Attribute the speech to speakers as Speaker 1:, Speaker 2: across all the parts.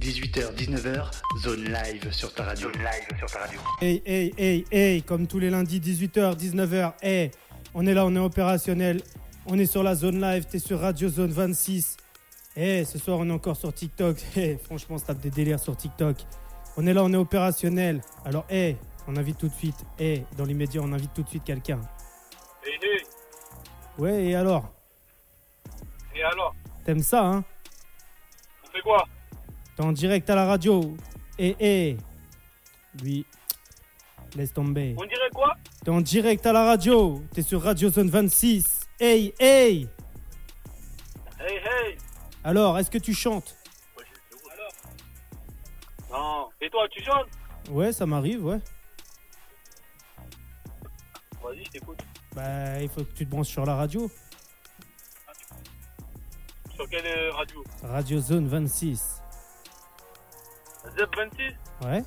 Speaker 1: 18h, 19h, zone live sur ta radio. Zone live sur ta radio.
Speaker 2: Hey, hey, hey, hey, comme tous les lundis, 18h, 19h, hey, on est là, on est opérationnel, on est sur la zone live, t'es sur Radio Zone 26. Hey, ce soir, on est encore sur TikTok. Hey, franchement, ça tape des délires sur TikTok. On est là, on est opérationnel. Alors, hey, on invite tout de suite, hey, dans l'immédiat, on invite tout de suite quelqu'un.
Speaker 3: Hey, hey,
Speaker 2: Ouais, et alors
Speaker 3: et alors
Speaker 2: T'aimes ça, hein
Speaker 3: On fait quoi
Speaker 2: T'es en direct à la radio. Eh, eh. Lui, laisse tomber.
Speaker 3: On dirait quoi
Speaker 2: T'es en direct à la radio. T'es sur Radio Zone 26. Hey, hey.
Speaker 3: Hey, hey
Speaker 2: Alors, est-ce que tu chantes
Speaker 3: Alors Non. Et toi, tu chantes
Speaker 2: Ouais, ça m'arrive, ouais.
Speaker 3: Vas-y, je t'écoute.
Speaker 2: Bah, il faut que tu te branches sur la radio.
Speaker 3: Sur quelle euh, radio
Speaker 2: Radio Zone 26.
Speaker 3: Zep 26
Speaker 2: Ouais.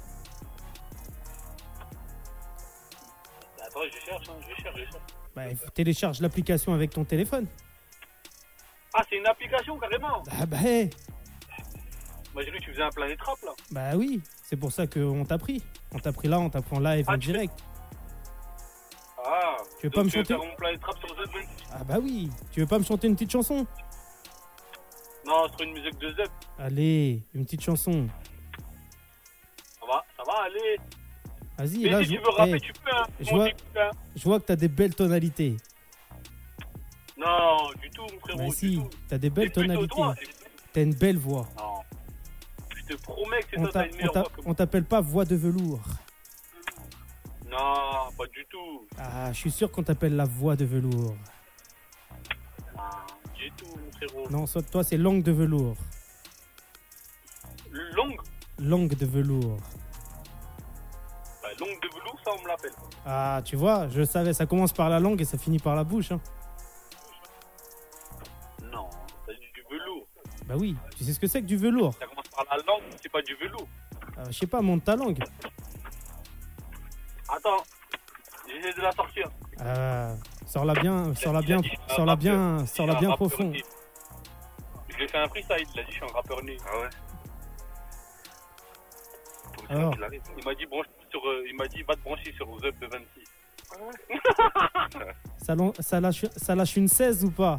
Speaker 3: Attends, je cherche, hein, je cherche, je cherche.
Speaker 2: Bah, il faut télécharge l'application avec ton téléphone.
Speaker 3: Ah, c'est une application carrément
Speaker 2: Ah bah, hey.
Speaker 3: Moi, j'ai cru que tu faisais un planet rap là.
Speaker 2: bah oui, c'est pour ça qu'on t'a pris. On t'a pris là, on t'a pris en live,
Speaker 3: Ah,
Speaker 2: en
Speaker 3: tu fais-
Speaker 2: direct.
Speaker 3: Ah
Speaker 2: Tu veux
Speaker 3: donc
Speaker 2: pas me
Speaker 3: tu veux
Speaker 2: chanter
Speaker 3: faire mon planet rap sur Zep 26
Speaker 2: Ah bah oui, tu veux pas me chanter une petite chanson
Speaker 3: Non, sur une musique de Zep.
Speaker 2: Allez, une petite chanson.
Speaker 3: Ça va, ça va, allez.
Speaker 2: Vas-y, là,
Speaker 3: Mais
Speaker 2: je...
Speaker 3: si tu veux
Speaker 2: eh,
Speaker 3: rapper, tu peux, hein.
Speaker 2: je
Speaker 3: Mon
Speaker 2: vois-
Speaker 3: écoute, hein.
Speaker 2: je vois que t'as des belles tonalités.
Speaker 3: Non, du tout, mon frérot,
Speaker 2: Bah
Speaker 3: du
Speaker 2: si,
Speaker 3: tout.
Speaker 2: t'as des
Speaker 3: C'est
Speaker 2: belles
Speaker 3: plutôt
Speaker 2: tonalités.
Speaker 3: toi. c'est-
Speaker 2: T'as une belle voix.
Speaker 3: Non. Je te promets que c'est
Speaker 2: On
Speaker 3: toi, t'as
Speaker 2: t'a-
Speaker 3: une
Speaker 2: on
Speaker 3: meilleure
Speaker 2: t'a-
Speaker 3: voix que moi.
Speaker 2: on t'appelle pas voix de velours.
Speaker 3: Non, pas du tout.
Speaker 2: Ah, je suis sûr qu'on t'appelle la voix de velours.
Speaker 3: Du tout, mon frérot.
Speaker 2: Non, soit toi, c'est langue de velours.
Speaker 3: Longue
Speaker 2: Langue de velours.
Speaker 3: bah, Longue de velours, ça, on me l'appelle.
Speaker 2: Ah, tu vois, je savais, ça commence par la langue et ça finit par la bouche. hein.
Speaker 3: Non, c'est du velours.
Speaker 2: Bah oui, tu sais ce que c'est que du velours
Speaker 3: Ça commence par la langue, c'est pas du velours.
Speaker 2: Ah, Je sais pas, monte ta langue.
Speaker 3: Attends, j'essaie de la sortir.
Speaker 2: Ah, sors-la bien, sors-la
Speaker 3: Il a
Speaker 2: bien,
Speaker 3: dit, je suis un
Speaker 2: sors-la bien,
Speaker 3: rappeur.
Speaker 2: sors-la
Speaker 3: Il est
Speaker 2: bien
Speaker 3: un rappeur
Speaker 2: profond.
Speaker 3: né. Je lui ai fait un freestyle, il a dit je suis un rappeur né. Ah ouais
Speaker 2: Alors.
Speaker 3: Il m'a dit, branche sur, euh, il m'a dit va te brancher sur Zep de 26.
Speaker 2: Ça, lan- ça lâche, ça lâche une 16 ou pas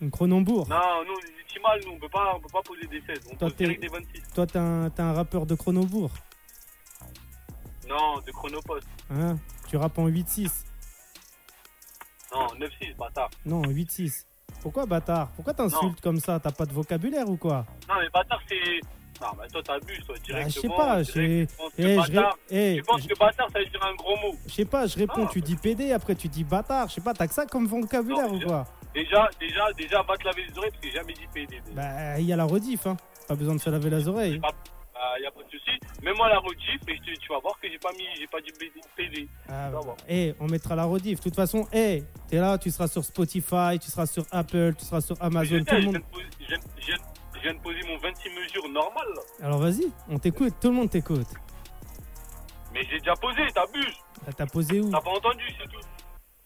Speaker 2: Une Cronenbourg.
Speaker 3: Non, nous on est des Timal, nous on peut pas, on peut pas poser des 16, on
Speaker 2: Toi,
Speaker 3: pose direct
Speaker 2: t'es-
Speaker 3: des 26.
Speaker 2: Toi, t'es un, t'es un rappeur de Cronenbourg.
Speaker 3: Non, de Chronopost.
Speaker 2: Hein tu rappes en 8-6.
Speaker 3: Non, 9-6, bâtard.
Speaker 2: Non, en 8-6. Pourquoi, bâtard Pourquoi t'insultes comme ça T'as pas de vocabulaire ou quoi
Speaker 3: Non, mais bâtard, c'est. Non, mais toi, t'abuses, toi,
Speaker 2: Bah,
Speaker 3: directement.
Speaker 2: Je sais pas, j'ai-
Speaker 3: direct, tu penses que
Speaker 2: Eh, je
Speaker 3: bâtard.
Speaker 2: ré- eh,
Speaker 3: Tu penses
Speaker 2: je-
Speaker 3: que bâtard, ça veut dire un gros mot.
Speaker 2: je sais pas, je réponds,
Speaker 3: Ah.
Speaker 2: tu dis PD, après tu dis bâtard, je sais pas, t'as que ça comme vocabulaire
Speaker 3: Non,
Speaker 2: ou
Speaker 3: je-
Speaker 2: quoi
Speaker 3: Déjà, déjà, déjà, va te laver les oreilles parce que j'ai jamais dit PD. déjà.
Speaker 2: Bah, il y a la rediff, hein. Pas besoin de se laver les oreilles.
Speaker 3: Bah, y a pas de souci. Mets-moi la rediff et je te- tu vas voir que j'ai pas mis, j'ai pas dit PD. PD.
Speaker 2: Ah,
Speaker 3: ça va.
Speaker 2: eh, on mettra la rediff. De toute façon, eh, t'es là, tu seras sur Spotify, tu seras sur Apple, tu seras sur
Speaker 3: je,
Speaker 2: Amazon,
Speaker 3: sais,
Speaker 2: Bah, tout le
Speaker 3: je
Speaker 2: monde.
Speaker 3: viens de poser- je viens- je viens- je viens de poser mon 26 mesures normal. là.
Speaker 2: Alors vas-y, on t'écoute, tout le monde t'écoute.
Speaker 3: Mais j'ai déjà posé, t'abuses.
Speaker 2: Bah, T'as posé où
Speaker 3: T'as pas entendu, c'est tout.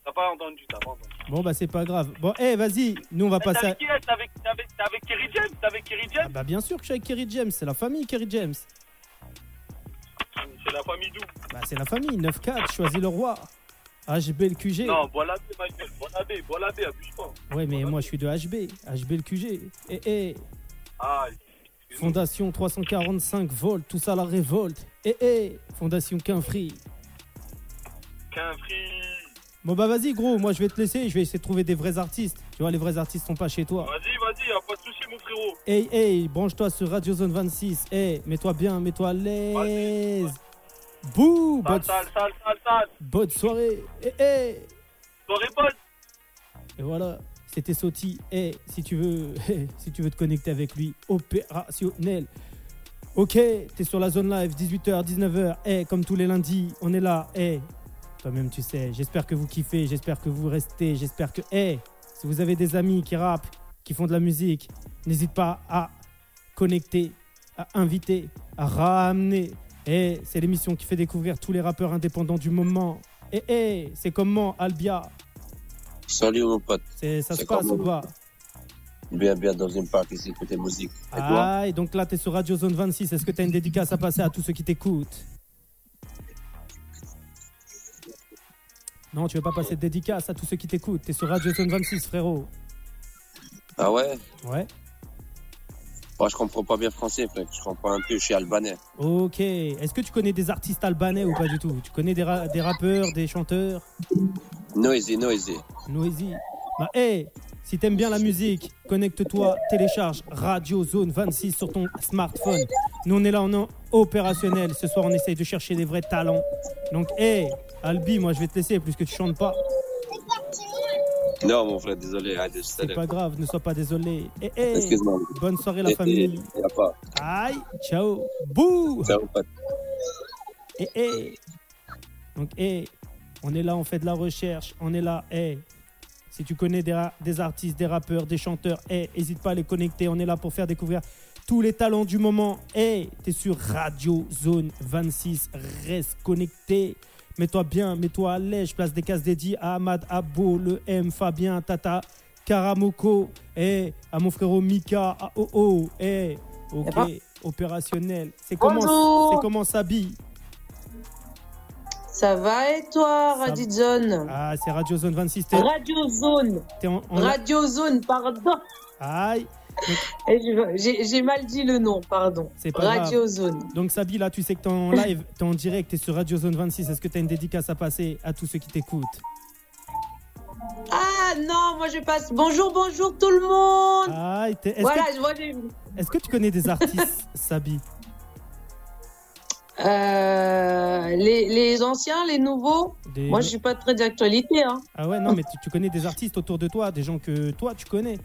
Speaker 3: T'as pas entendu, t'as pas entendu.
Speaker 2: Bon, bah, c'est pas grave. Bon, eh, vas-y, nous on va
Speaker 3: T'es
Speaker 2: passer à.
Speaker 3: avec qui là T'es avec, t'es avec, t'es avec Kerry James T'es avec Kerry
Speaker 2: Ah,
Speaker 3: James
Speaker 2: bah, bien sûr que je suis avec Kerry James, c'est la famille Kerry James. Ah.
Speaker 3: C'est la famille d'où
Speaker 2: Bah, c'est la famille, 9-4, choisis le roi. HB le QG.
Speaker 3: Non, bois la B, ma gueule. Bois la B, bois la B, abuse pas.
Speaker 2: ouais, mais
Speaker 3: voilà.
Speaker 2: moi je suis de HB, HB le QG. Eh, eh,
Speaker 3: Ah, excuse-moi.
Speaker 2: Fondation 345 volts, tout ça la révolte. Eh, eh, Fondation Quinfree.
Speaker 3: qu'un free.
Speaker 2: Bon, bah, vas-y, gros, moi je vais te laisser, je vais essayer de trouver des vrais artistes. Tu vois, les vrais artistes sont pas chez toi.
Speaker 3: Vas-y, vas-y, y'a pas de soucis, mon frérot.
Speaker 2: Hey, hey, branche-toi sur Radio Zone 26. Hey, mets-toi bien, mets-toi à l'aise. Bouh, bonne,
Speaker 3: Sale, sale, sale, sale, sale.
Speaker 2: bonne soirée. Eh, Hey, hey.
Speaker 3: Soirée bonne.
Speaker 2: Et voilà, c'était Sauti. Hey, si tu veux, hey, si tu veux te connecter avec lui, opérationnel. Ok, t'es sur la zone live, 18h, 19h. Hey, comme tous les lundis, on est là. Hey, toi-même tu sais. J'espère que vous kiffez, j'espère que vous restez, j'espère que. Hey, si vous avez des amis qui rappent, qui font de la musique, n'hésite pas à connecter, à inviter, à ramener. Hey, c'est l'émission qui fait découvrir tous les rappeurs indépendants du moment. Hey, hey, c'est comment Albia
Speaker 4: Salut mon pote.
Speaker 2: C'est ça se
Speaker 4: C'est
Speaker 2: passe
Speaker 4: comment
Speaker 2: ou pas
Speaker 3: bien, bien dans une parc ici, côté musique. Et toi
Speaker 2: Ah, et donc là, tu es sur Radio Zone 26. Est-ce que tu as une dédicace à passer à tous ceux qui t'écoutent Non, tu veux pas passer de dédicace à tous ceux qui t'écoutent. Tu es sur Radio Zone 26, frérot.
Speaker 3: Ah ouais
Speaker 2: Ouais.
Speaker 3: Moi, je comprends pas bien français, frère. Je comprends un peu, je suis albanais.
Speaker 2: Ok. Est-ce que tu connais des artistes albanais ou pas du tout Tu connais des, ra- des rappeurs, des chanteurs
Speaker 3: Noisy, noisy.
Speaker 2: Noisy. Bah, hey, si t'aimes bien la musique, connecte-toi, télécharge Radio Zone 26 sur ton smartphone. Nous, on est là, on est opérationnel. Ce soir, on essaye de chercher des vrais talents. Donc, hey, Albi, moi, je vais te laisser, plus que tu chantes pas.
Speaker 3: Non, mon frère, désolé. Allez, je
Speaker 2: C'est
Speaker 3: t'allais.
Speaker 2: pas grave, ne sois pas désolé. Hey, hey,
Speaker 3: Excuse-moi.
Speaker 2: bonne soirée, la famille.
Speaker 3: Il a pas.
Speaker 2: Aïe, ciao. Bouh
Speaker 3: Ciao, pote.
Speaker 2: Eh, eh. Donc, eh, on est là, on fait de la recherche, on est là, eh. Si tu connais des, ra- des artistes, des rappeurs, des chanteurs, eh, hésite pas à les connecter, on est là pour faire découvrir tous les talents du moment. Eh, t'es sur Radio Zone 26, reste connecté. Mets-toi bien, mets-toi à l'aise, Je place des cases dédiées à Ahmad, Abbo, le M, Fabien, Tata, Karamoko, eh, à mon frérot Mika, à OO, eh, ok,
Speaker 5: Y'a pas
Speaker 2: opérationnel. C'est comment,
Speaker 5: Bonjour.
Speaker 2: c'est comment s'habille
Speaker 5: Ça va et toi,
Speaker 2: Ça
Speaker 5: Radio Zone
Speaker 2: Ah, c'est Radio Zone 26. T'es,
Speaker 5: Radio Zone
Speaker 2: t'es en, en-
Speaker 5: Radio Zone, pardon
Speaker 2: Aïe,
Speaker 5: Eh, je- J'ai j'ai mal dit le nom, pardon.
Speaker 2: c'est pas grave.
Speaker 5: Radio Zone.
Speaker 2: Donc, Sabi, là, tu sais que t'es en live, t'es en direct, t'es sur Radio Zone 26. Est-ce que t'as une dédicace à passer à tous ceux qui t'écoutent
Speaker 5: Ah non, moi je passe. Bonjour, bonjour tout le monde
Speaker 2: Aïe, t'es- Ah, est-ce,
Speaker 5: Voilà, je vois des.
Speaker 2: que, est-ce que tu connais des artistes, Sabi
Speaker 5: Euh, les, les anciens, les nouveaux
Speaker 2: Des-
Speaker 5: Moi je suis pas très d'actualité, hein.
Speaker 2: Ah ouais, non, mais tu, tu connais des artistes autour de toi, des gens que toi, tu connais.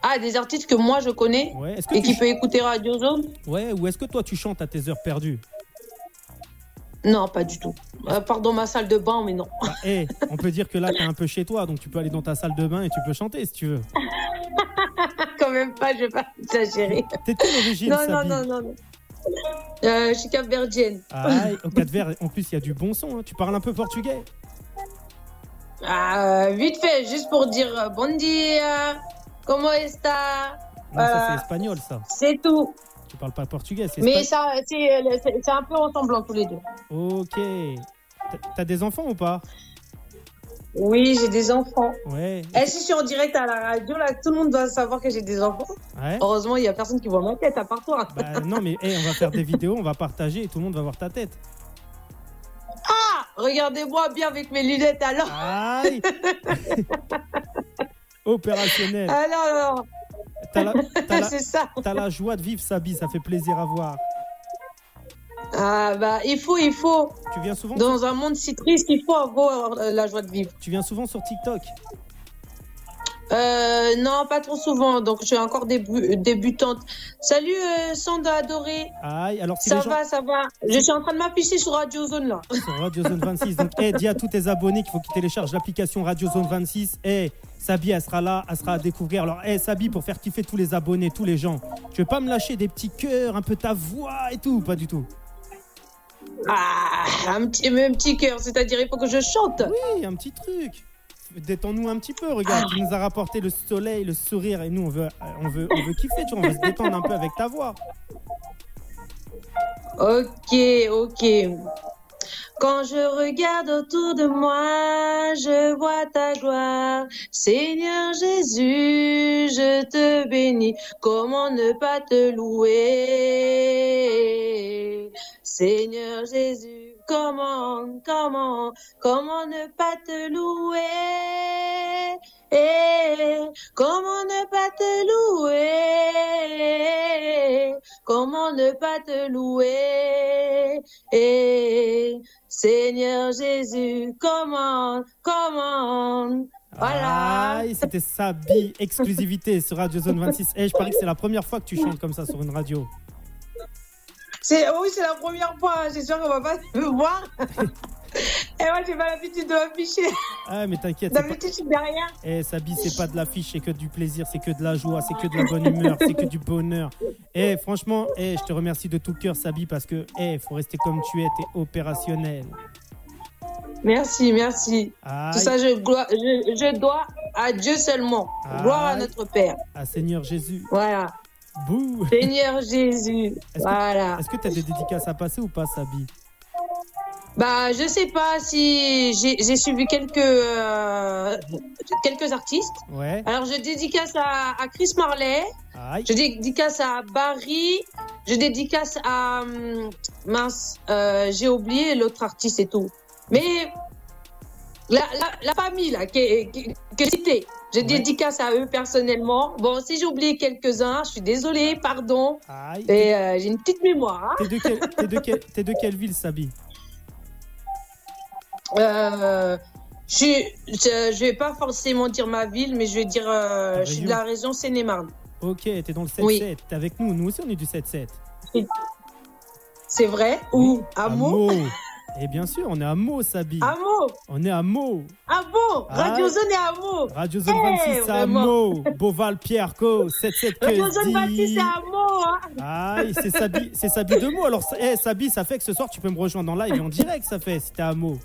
Speaker 5: Ah, des artistes que moi je connais
Speaker 2: Ouais, est-ce que
Speaker 5: et
Speaker 2: tu,
Speaker 5: qui peut écouter Radio Zone
Speaker 2: ouais ou est-ce que toi, tu chantes à tes heures perdues
Speaker 5: Non, pas du tout. Euh, pardon, ma salle de bain, mais non.
Speaker 2: Bah, Eh, on peut dire que là, t'es un peu chez toi, donc tu peux aller dans ta salle de bain et tu peux chanter si tu veux.
Speaker 5: Quand même pas, je vais pas exagérer.
Speaker 2: T'es de quelle origine,
Speaker 5: Non,
Speaker 2: Sabi
Speaker 5: non, non, non, non. Euh, je suis capverdienne.
Speaker 2: Aïe, au cas de verre, en plus, il y a du bon son. hein. Tu parles un peu portugais
Speaker 5: Ah, vite fait, juste pour dire euh, bon dia, comment est-ce
Speaker 2: Non, ça c'est
Speaker 5: Euh,
Speaker 2: espagnol, ça.
Speaker 5: C'est tout.
Speaker 2: Tu parles pas portugais, c'est
Speaker 5: Mais
Speaker 2: espa-
Speaker 5: ça, c'est euh, c'est- c'est un peu ressemblant tous les deux.
Speaker 2: Ok. T'as- T'as des enfants ou pas
Speaker 5: Oui, j'ai des enfants.
Speaker 2: Ouais.
Speaker 5: Et Eh, si je suis en direct à la radio, là, tout le monde doit savoir que j'ai des enfants.
Speaker 2: Ouais.
Speaker 5: Heureusement, il n'y a personne qui voit ma tête à part toi.
Speaker 2: Bah, non, mais hey, on va faire des vidéos, on va partager et tout le monde va voir ta tête.
Speaker 5: Ah, Regardez-moi bien avec mes lunettes alors.
Speaker 2: Aïe Opérationnel.
Speaker 5: Alors,
Speaker 2: T'as la, t'as la-
Speaker 5: c'est ça.
Speaker 2: t'as la joie de vivre, Sabi, ça fait plaisir à voir.
Speaker 5: Ah, bah, il faut, il faut.
Speaker 2: Tu viens souvent,
Speaker 5: Dans un monde si triste, il faut avoir euh, la joie de vivre.
Speaker 2: tu viens souvent sur TikTok.
Speaker 5: Euh, non, pas trop souvent. Donc, je suis encore débu- débutante. Salut, euh, Sanda adorée.
Speaker 2: Aïe, alors si
Speaker 5: Ça
Speaker 2: les gens
Speaker 5: va, ça va. Je suis en train de m'afficher sur Radio Zone là.
Speaker 2: sur Radio Zone 26. Donc, hey, dis à tous tes abonnés qu'il faut qu'ils téléchargent l'application Radio Zone 26. Hey, Sabi, elle sera là, elle sera à découvrir. Alors, hey, Sabi, pour faire kiffer tous les abonnés, tous les gens, tu veux pas me lâcher des petits cœurs, un peu ta voix et tout, ou pas du tout
Speaker 5: Ah, un petit, un petit cœur. C'est-à-dire, il faut que je chante.
Speaker 2: Oui, un petit truc. Détends-nous un petit peu, regarde, tu nous as rapporté le soleil, le sourire, et nous, on veut, euh, on veut, on veut kiffer, tu vois, on veut se détendre un peu avec ta voix.
Speaker 5: Ok, ok. Quand je regarde autour de moi, je vois ta gloire. Seigneur Jésus, je te bénis. Comment ne pas te louer Seigneur Jésus, comment, comment, comment ne pas te louer Eh, Comment ne pas te louer Comment ne pas te louer Eh, Seigneur Jésus, comment, comment Voilà.
Speaker 2: Aïe, c'était Sabi, exclusivité sur Radio Zone 26. Hey, je parie que c'est la première fois que tu chantes comme ça sur une radio.
Speaker 5: C'est oh oui, c'est la première fois. hein. C'est sûr qu'on va pas me voir. Et moi, j'ai pas l'habitude de m'afficher.
Speaker 2: Ah, mais t'inquiète, c'est pas-
Speaker 5: D'habitude, je suis derrière.
Speaker 2: Eh, Sabi, c'est pas de l'affiche, c'est que du plaisir, c'est que de la joie, c'est que de la bonne humeur, c'est que du bonheur. Eh, franchement, eh, je te remercie de tout cœur, Sabi, parce que, eh, faut rester comme tu es, t'es opérationnel.
Speaker 5: Merci, merci.
Speaker 2: Aïe.
Speaker 5: Tout ça, je, dois- je, je dois à Dieu seulement.
Speaker 2: Ah.
Speaker 5: Gloire à notre Père.
Speaker 2: Ah, Seigneur Jésus.
Speaker 5: Voilà.
Speaker 2: Bouh.
Speaker 5: Seigneur Jésus.
Speaker 2: Est-ce que-
Speaker 5: Voilà.
Speaker 2: Est-ce que tu as des dédicaces à passer ou pas, Sabi
Speaker 5: Bah, je sais pas si j'ai j'ai suivi quelques, euh, quelques artistes.
Speaker 2: Ouais.
Speaker 5: Alors, je dédicace à, à Chris Marley,
Speaker 2: Aïe.
Speaker 5: je dédicace à Barry, je dédicace à. hum, mince, euh, j'ai oublié l'autre artiste et tout. Mais la, la, la famille, là, qui est- qui- que j'ai citée, je
Speaker 2: Ouais.
Speaker 5: dédicace à eux personnellement. Bon, si j'ai oublié quelques-uns, je suis désolée, pardon.
Speaker 2: Aïe.
Speaker 5: Et euh, j'ai une petite mémoire. hein.
Speaker 2: T'es de, quel- t'es de quel- t'es de quelle ville, Sabi
Speaker 5: Euh, je, suis- je, je vais pas forcément dire ma ville, mais je vais dire euh,
Speaker 2: Ta
Speaker 5: je suis
Speaker 2: région.
Speaker 5: de la région Seine-et-Marne.
Speaker 2: Ok, t'es dans le 7-7.
Speaker 5: Oui.
Speaker 2: T'es avec nous. Nous aussi, on est du 7-7.
Speaker 5: C'est vrai Ou à Meaux
Speaker 2: Mo. Et Eh, bien sûr, on est à Mo, Sabi.
Speaker 5: À Meaux
Speaker 2: On est à Mo.
Speaker 5: À Meaux
Speaker 2: Ah.
Speaker 5: Radio Zone est à Meaux
Speaker 2: Radio Zone
Speaker 5: Eh,
Speaker 2: 26 à
Speaker 5: vraiment.
Speaker 2: Mo. Boval Pierre Co. 77
Speaker 5: Radio Zone 26
Speaker 2: Quezdi.
Speaker 5: c'est à Meaux hein.
Speaker 2: Aïe, c'est Sabi, c'est Sabi de Mo. Alors, eh, Sabi, ça fait que ce soir, tu peux me rejoindre en live et en direct, ça fait, c'était à Mo.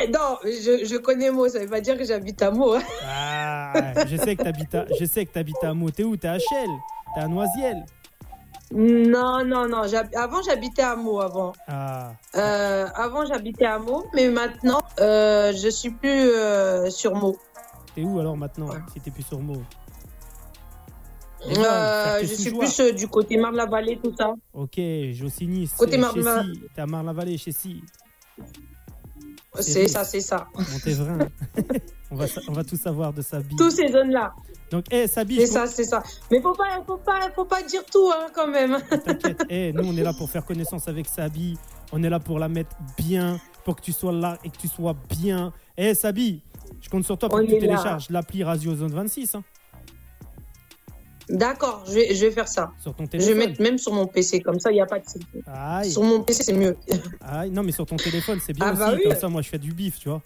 Speaker 5: Eh, Non, je, je connais Meaux, ça veut pas dire que j'habite à Meaux. hein.
Speaker 2: Ah, je sais que t'habites à, je sais que t'habites à Mo. T'es où T'es à Chelles T'es à Noisiel
Speaker 5: Non, non, non. j'hab- Avant, j'habitais à Meaux, avant.
Speaker 2: Ah,
Speaker 5: Euh, avant, j'habitais à Meaux, mais maintenant, euh, je suis plus euh, sur Meaux.
Speaker 2: t'es où alors maintenant Si t'es plus sur Eh ben, Mo. Les Landes,
Speaker 5: Euh, je
Speaker 2: Certes-Sous
Speaker 5: suis
Speaker 2: Joie.
Speaker 5: plus euh, du côté Marne-la-Vallée, tout ça.
Speaker 2: Ok, Josinis.
Speaker 5: Côté
Speaker 2: euh,
Speaker 5: Marne-la-
Speaker 2: chez Si. T'es à Marne-la-Vallée, chez Si.
Speaker 5: C'est ça, c'est ça.
Speaker 2: Montévrain. on, va, sa- on va tout savoir de Sabi.
Speaker 5: Toutes ces zones-là.
Speaker 2: Donc, eh, Sabi,
Speaker 5: C'est
Speaker 2: je-
Speaker 5: ça, c'est ça. Mais faut pas, faut pas, faut pas dire tout hein, quand même.
Speaker 2: t'inquiète. Eh, nous, on est là pour faire connaissance avec Sabi. On est là pour la mettre bien, pour que tu sois là et que tu sois bien. Eh, Sabi, je compte sur toi pour
Speaker 5: On
Speaker 2: que tu
Speaker 5: est là.
Speaker 2: télécharges l'appli Radio Zone 26 hein,
Speaker 5: D'accord, je vais, je vais faire ça.
Speaker 2: sur ton
Speaker 5: Je vais
Speaker 2: téléphone.
Speaker 5: mettre même sur mon PC, comme ça, il n'y a pas de souci.
Speaker 2: Aïe,
Speaker 5: Sur mon PC, c'est mieux.
Speaker 2: aïe. Non, mais sur ton téléphone, c'est bien
Speaker 5: Ah
Speaker 2: aussi.
Speaker 5: bah oui.
Speaker 2: Comme ça, moi, je fais du bif, tu vois.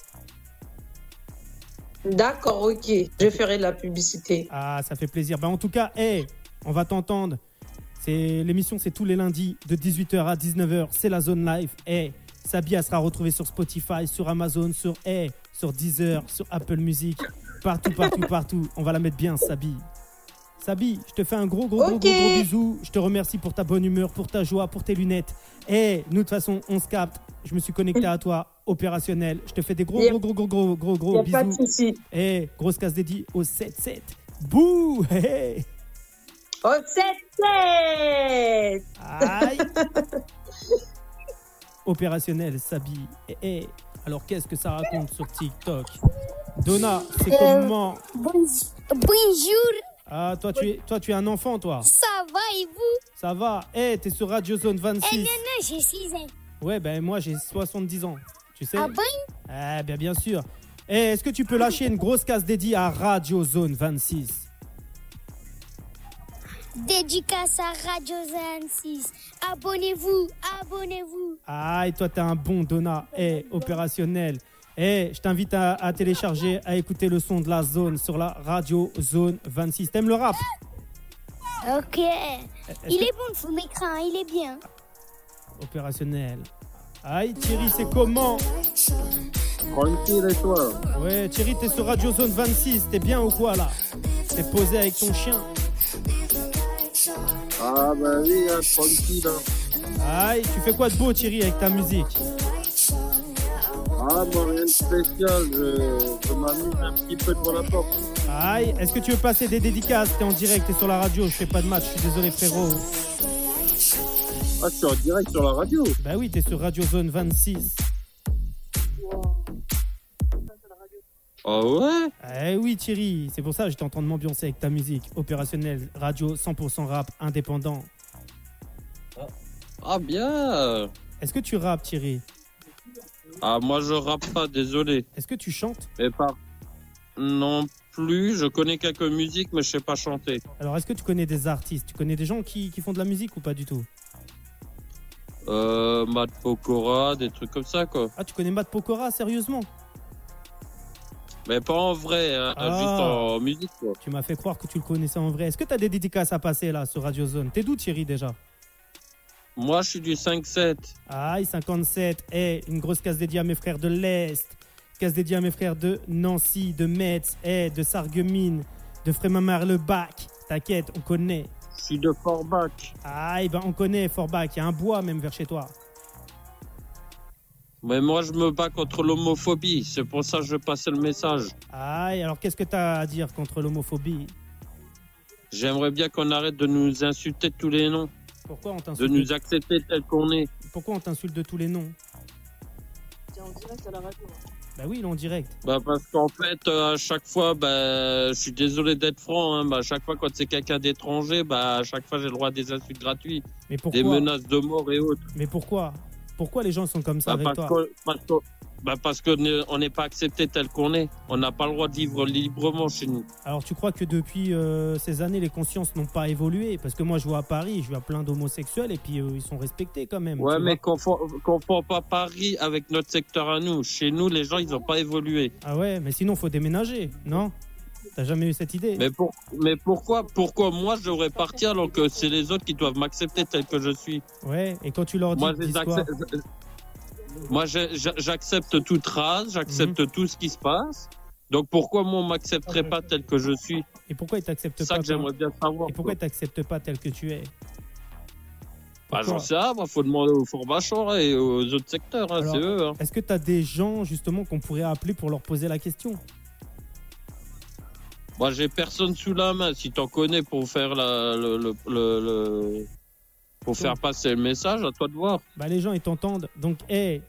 Speaker 5: D'accord, ok. Je ferai de la publicité.
Speaker 2: Ah, ça fait plaisir. Bah, en tout cas, hey, on va t'entendre. C'est l'émission, c'est tous les lundis de 18h à 19h. C'est la zone live. Hey, Sabi, elle sera retrouvée sur Spotify, sur Amazon, sur hey, sur Deezer, sur Apple Music, partout, partout, partout. On va la mettre bien, Sabi. Sabi, je te fais un gros, gros, gros,
Speaker 5: Ok.
Speaker 2: gros, gros bisou. Je te remercie pour ta bonne humeur, pour ta joie, pour tes lunettes. Hey, nous de toute façon, on se capte. Je me suis connecté à toi, opérationnel. Je te fais des gros,
Speaker 5: Yep.
Speaker 2: gros, gros, gros, gros, gros,
Speaker 5: Il n'y
Speaker 2: gros
Speaker 5: a pas de
Speaker 2: Oh, bisous.
Speaker 5: souci.
Speaker 2: Eh, grosse casse dédiée au 7-7. Bouh hé, hé.
Speaker 5: Oh, c'est
Speaker 2: Aïe Opérationnel, Sabi. Eh, eh. Alors, qu'est-ce que ça raconte sur TikTok Donna, c'est
Speaker 6: Euh.
Speaker 2: comment
Speaker 6: Bonj- Bonjour,
Speaker 2: Ah, toi tu, es, toi, tu es un enfant, toi.
Speaker 6: ça va et vous
Speaker 2: Ça va Eh, t'es sur Radio Zone 26.
Speaker 6: Non, j'ai 6 ans.
Speaker 2: Ouais, ben moi, j'ai 70 ans. Tu sais
Speaker 6: Ah bon
Speaker 2: Ah, bien, bien sûr. Eh, est-ce que tu peux lâcher une grosse casse dédiée à Radio Zone 26
Speaker 6: Dédicace à Radio Zone 6. Abonnez-vous, abonnez-vous.
Speaker 2: Ah, et toi, t'es un bon Donna. Eh, opérationnel. Eh, je t'invite à, à télécharger, à écouter le son de la zone sur la radio Zone 26. T'aimes le rap
Speaker 6: Ok. Il est bon, faut m'écran, il est bien.
Speaker 2: Opérationnel. Aïe, Thierry, c'est comment
Speaker 3: Tranquille et toi
Speaker 2: Ouais, Thierry, t'es sur Radio Zone 26. T'es bien ou quoi, là T'es posé avec ton chien.
Speaker 3: Ah bah oui, hein, tranquille. hein.
Speaker 2: Aïe, tu fais quoi de beau, Thierry, avec ta musique
Speaker 3: Ah bah rien de spécial, je, je m'amuse un petit peu devant la porte.
Speaker 2: Aïe, est-ce que tu veux passer des dédicaces T'es en direct, t'es sur la radio, je fais pas de match, je suis désolé, frérot.
Speaker 3: Ah, je suis en direct sur la radio.
Speaker 2: Bah oui, t'es sur Radio Zone 26.
Speaker 3: Ah ouais
Speaker 2: Eh oui Thierry, c'est pour ça que j'étais en train de m'ambiancer avec ta musique. Opérationnelle, radio, 100% rap, indépendant.
Speaker 3: Ah bien
Speaker 2: Est-ce que tu rappes Thierry
Speaker 3: Ah moi je rappe pas, désolé.
Speaker 2: Est-ce que tu chantes
Speaker 3: Et pas non plus, je connais quelques musiques mais je sais pas chanter.
Speaker 2: Alors est-ce que tu connais des artistes Tu connais des gens qui, qui font de la musique ou pas du tout
Speaker 3: Euh, Matt Pokora, des trucs comme ça quoi.
Speaker 2: Ah tu connais Matt Pokora sérieusement
Speaker 3: Mais pas en vrai, hein,
Speaker 2: Ah.
Speaker 3: juste en musique quoi.
Speaker 2: Tu m'as fait croire que tu le connaissais en vrai. Est-ce que t'as des dédicaces à passer là sur Radio Zone T'es d'où Thierry déjà
Speaker 3: Moi je suis du 5-7.
Speaker 2: Aïe 57, eh une grosse case dédiée à mes frères de l'Est. Casse dédié à mes frères de Nancy, de Metz, eh, de Sarguemines, de Frémamar le Bac. T'inquiète, on connaît.
Speaker 3: Je suis de Forbach.
Speaker 2: Ah, eh ben on connaît Forbach. Il y a un bois même vers chez toi.
Speaker 3: Mais moi, je me bats contre l'homophobie. C'est pour ça que je passais le message.
Speaker 2: Ah, et alors qu'est-ce que t'as à dire contre l'homophobie
Speaker 3: J'aimerais bien qu'on arrête de nous insulter de tous les noms,
Speaker 2: Pourquoi on
Speaker 3: de
Speaker 2: t'insulte
Speaker 3: nous accepter tel qu'on est.
Speaker 2: Pourquoi on t'insulte de tous les noms
Speaker 7: T'es en direct à la radio. hein.
Speaker 2: Bah oui, il est en direct.
Speaker 3: Bah parce qu'en fait, euh, à chaque fois, bah, je suis désolé d'être franc, hein, bah, à chaque fois quand c'est quelqu'un d'étranger, bah, à chaque fois j'ai le droit à des insultes gratuites,
Speaker 2: Mais pourquoi
Speaker 3: des menaces de mort et autres.
Speaker 2: Mais pourquoi Pourquoi les gens sont comme ça
Speaker 3: Bah,
Speaker 2: avec
Speaker 3: parce
Speaker 2: toi
Speaker 3: que- parce que- bah, parce qu'on est- on n'est pas accepté tel qu'on est. On n'a pas le droit de vivre librement chez nous.
Speaker 2: Alors tu crois que depuis euh, ces années, les consciences n'ont pas évolué Parce que moi, je vois à Paris, je vois plein d'homosexuels et puis euh, ils sont respectés quand même.
Speaker 3: Ouais,
Speaker 2: tu
Speaker 3: mais
Speaker 2: vois.
Speaker 3: confond, confond pas Paris avec notre secteur à nous. Chez nous, les gens, ils n'ont pas évolué.
Speaker 2: Ah ouais, mais sinon, faut déménager, non T'as jamais eu cette idée
Speaker 3: Mais, pour, mais pourquoi Pourquoi moi, je devrais partir alors que c'est les autres qui doivent m'accepter tel que je suis
Speaker 2: Ouais, et quand tu leur dis,
Speaker 3: Moi, je les
Speaker 2: dis
Speaker 3: accepte- Moi, je- je- j'accepte toute race, j'accepte
Speaker 2: Mhm.
Speaker 3: tout ce qui se passe. Donc pourquoi moi on m'accepterait pas tel que je suis
Speaker 2: Et pourquoi ils
Speaker 3: C'est
Speaker 2: t'acceptent
Speaker 3: ça
Speaker 2: pas
Speaker 3: que j'aimerais bien savoir.
Speaker 2: Et pourquoi ils t'acceptent pas tel que tu es
Speaker 3: bah,
Speaker 2: pourquoi
Speaker 3: J'en sais rien, moi, faut demander aux Fourbachons hein, et aux autres secteurs, hein,
Speaker 2: Alors-
Speaker 3: c'est eux. hein.
Speaker 2: Est-ce que t'as des gens justement qu'on pourrait appeler pour leur poser la question
Speaker 3: Moi j'ai personne sous la main, si t'en connais pour faire la, le, le- le- le- pour faire passer le message, à toi de voir.
Speaker 2: Bah les gens ils t'entendent. Donc hey,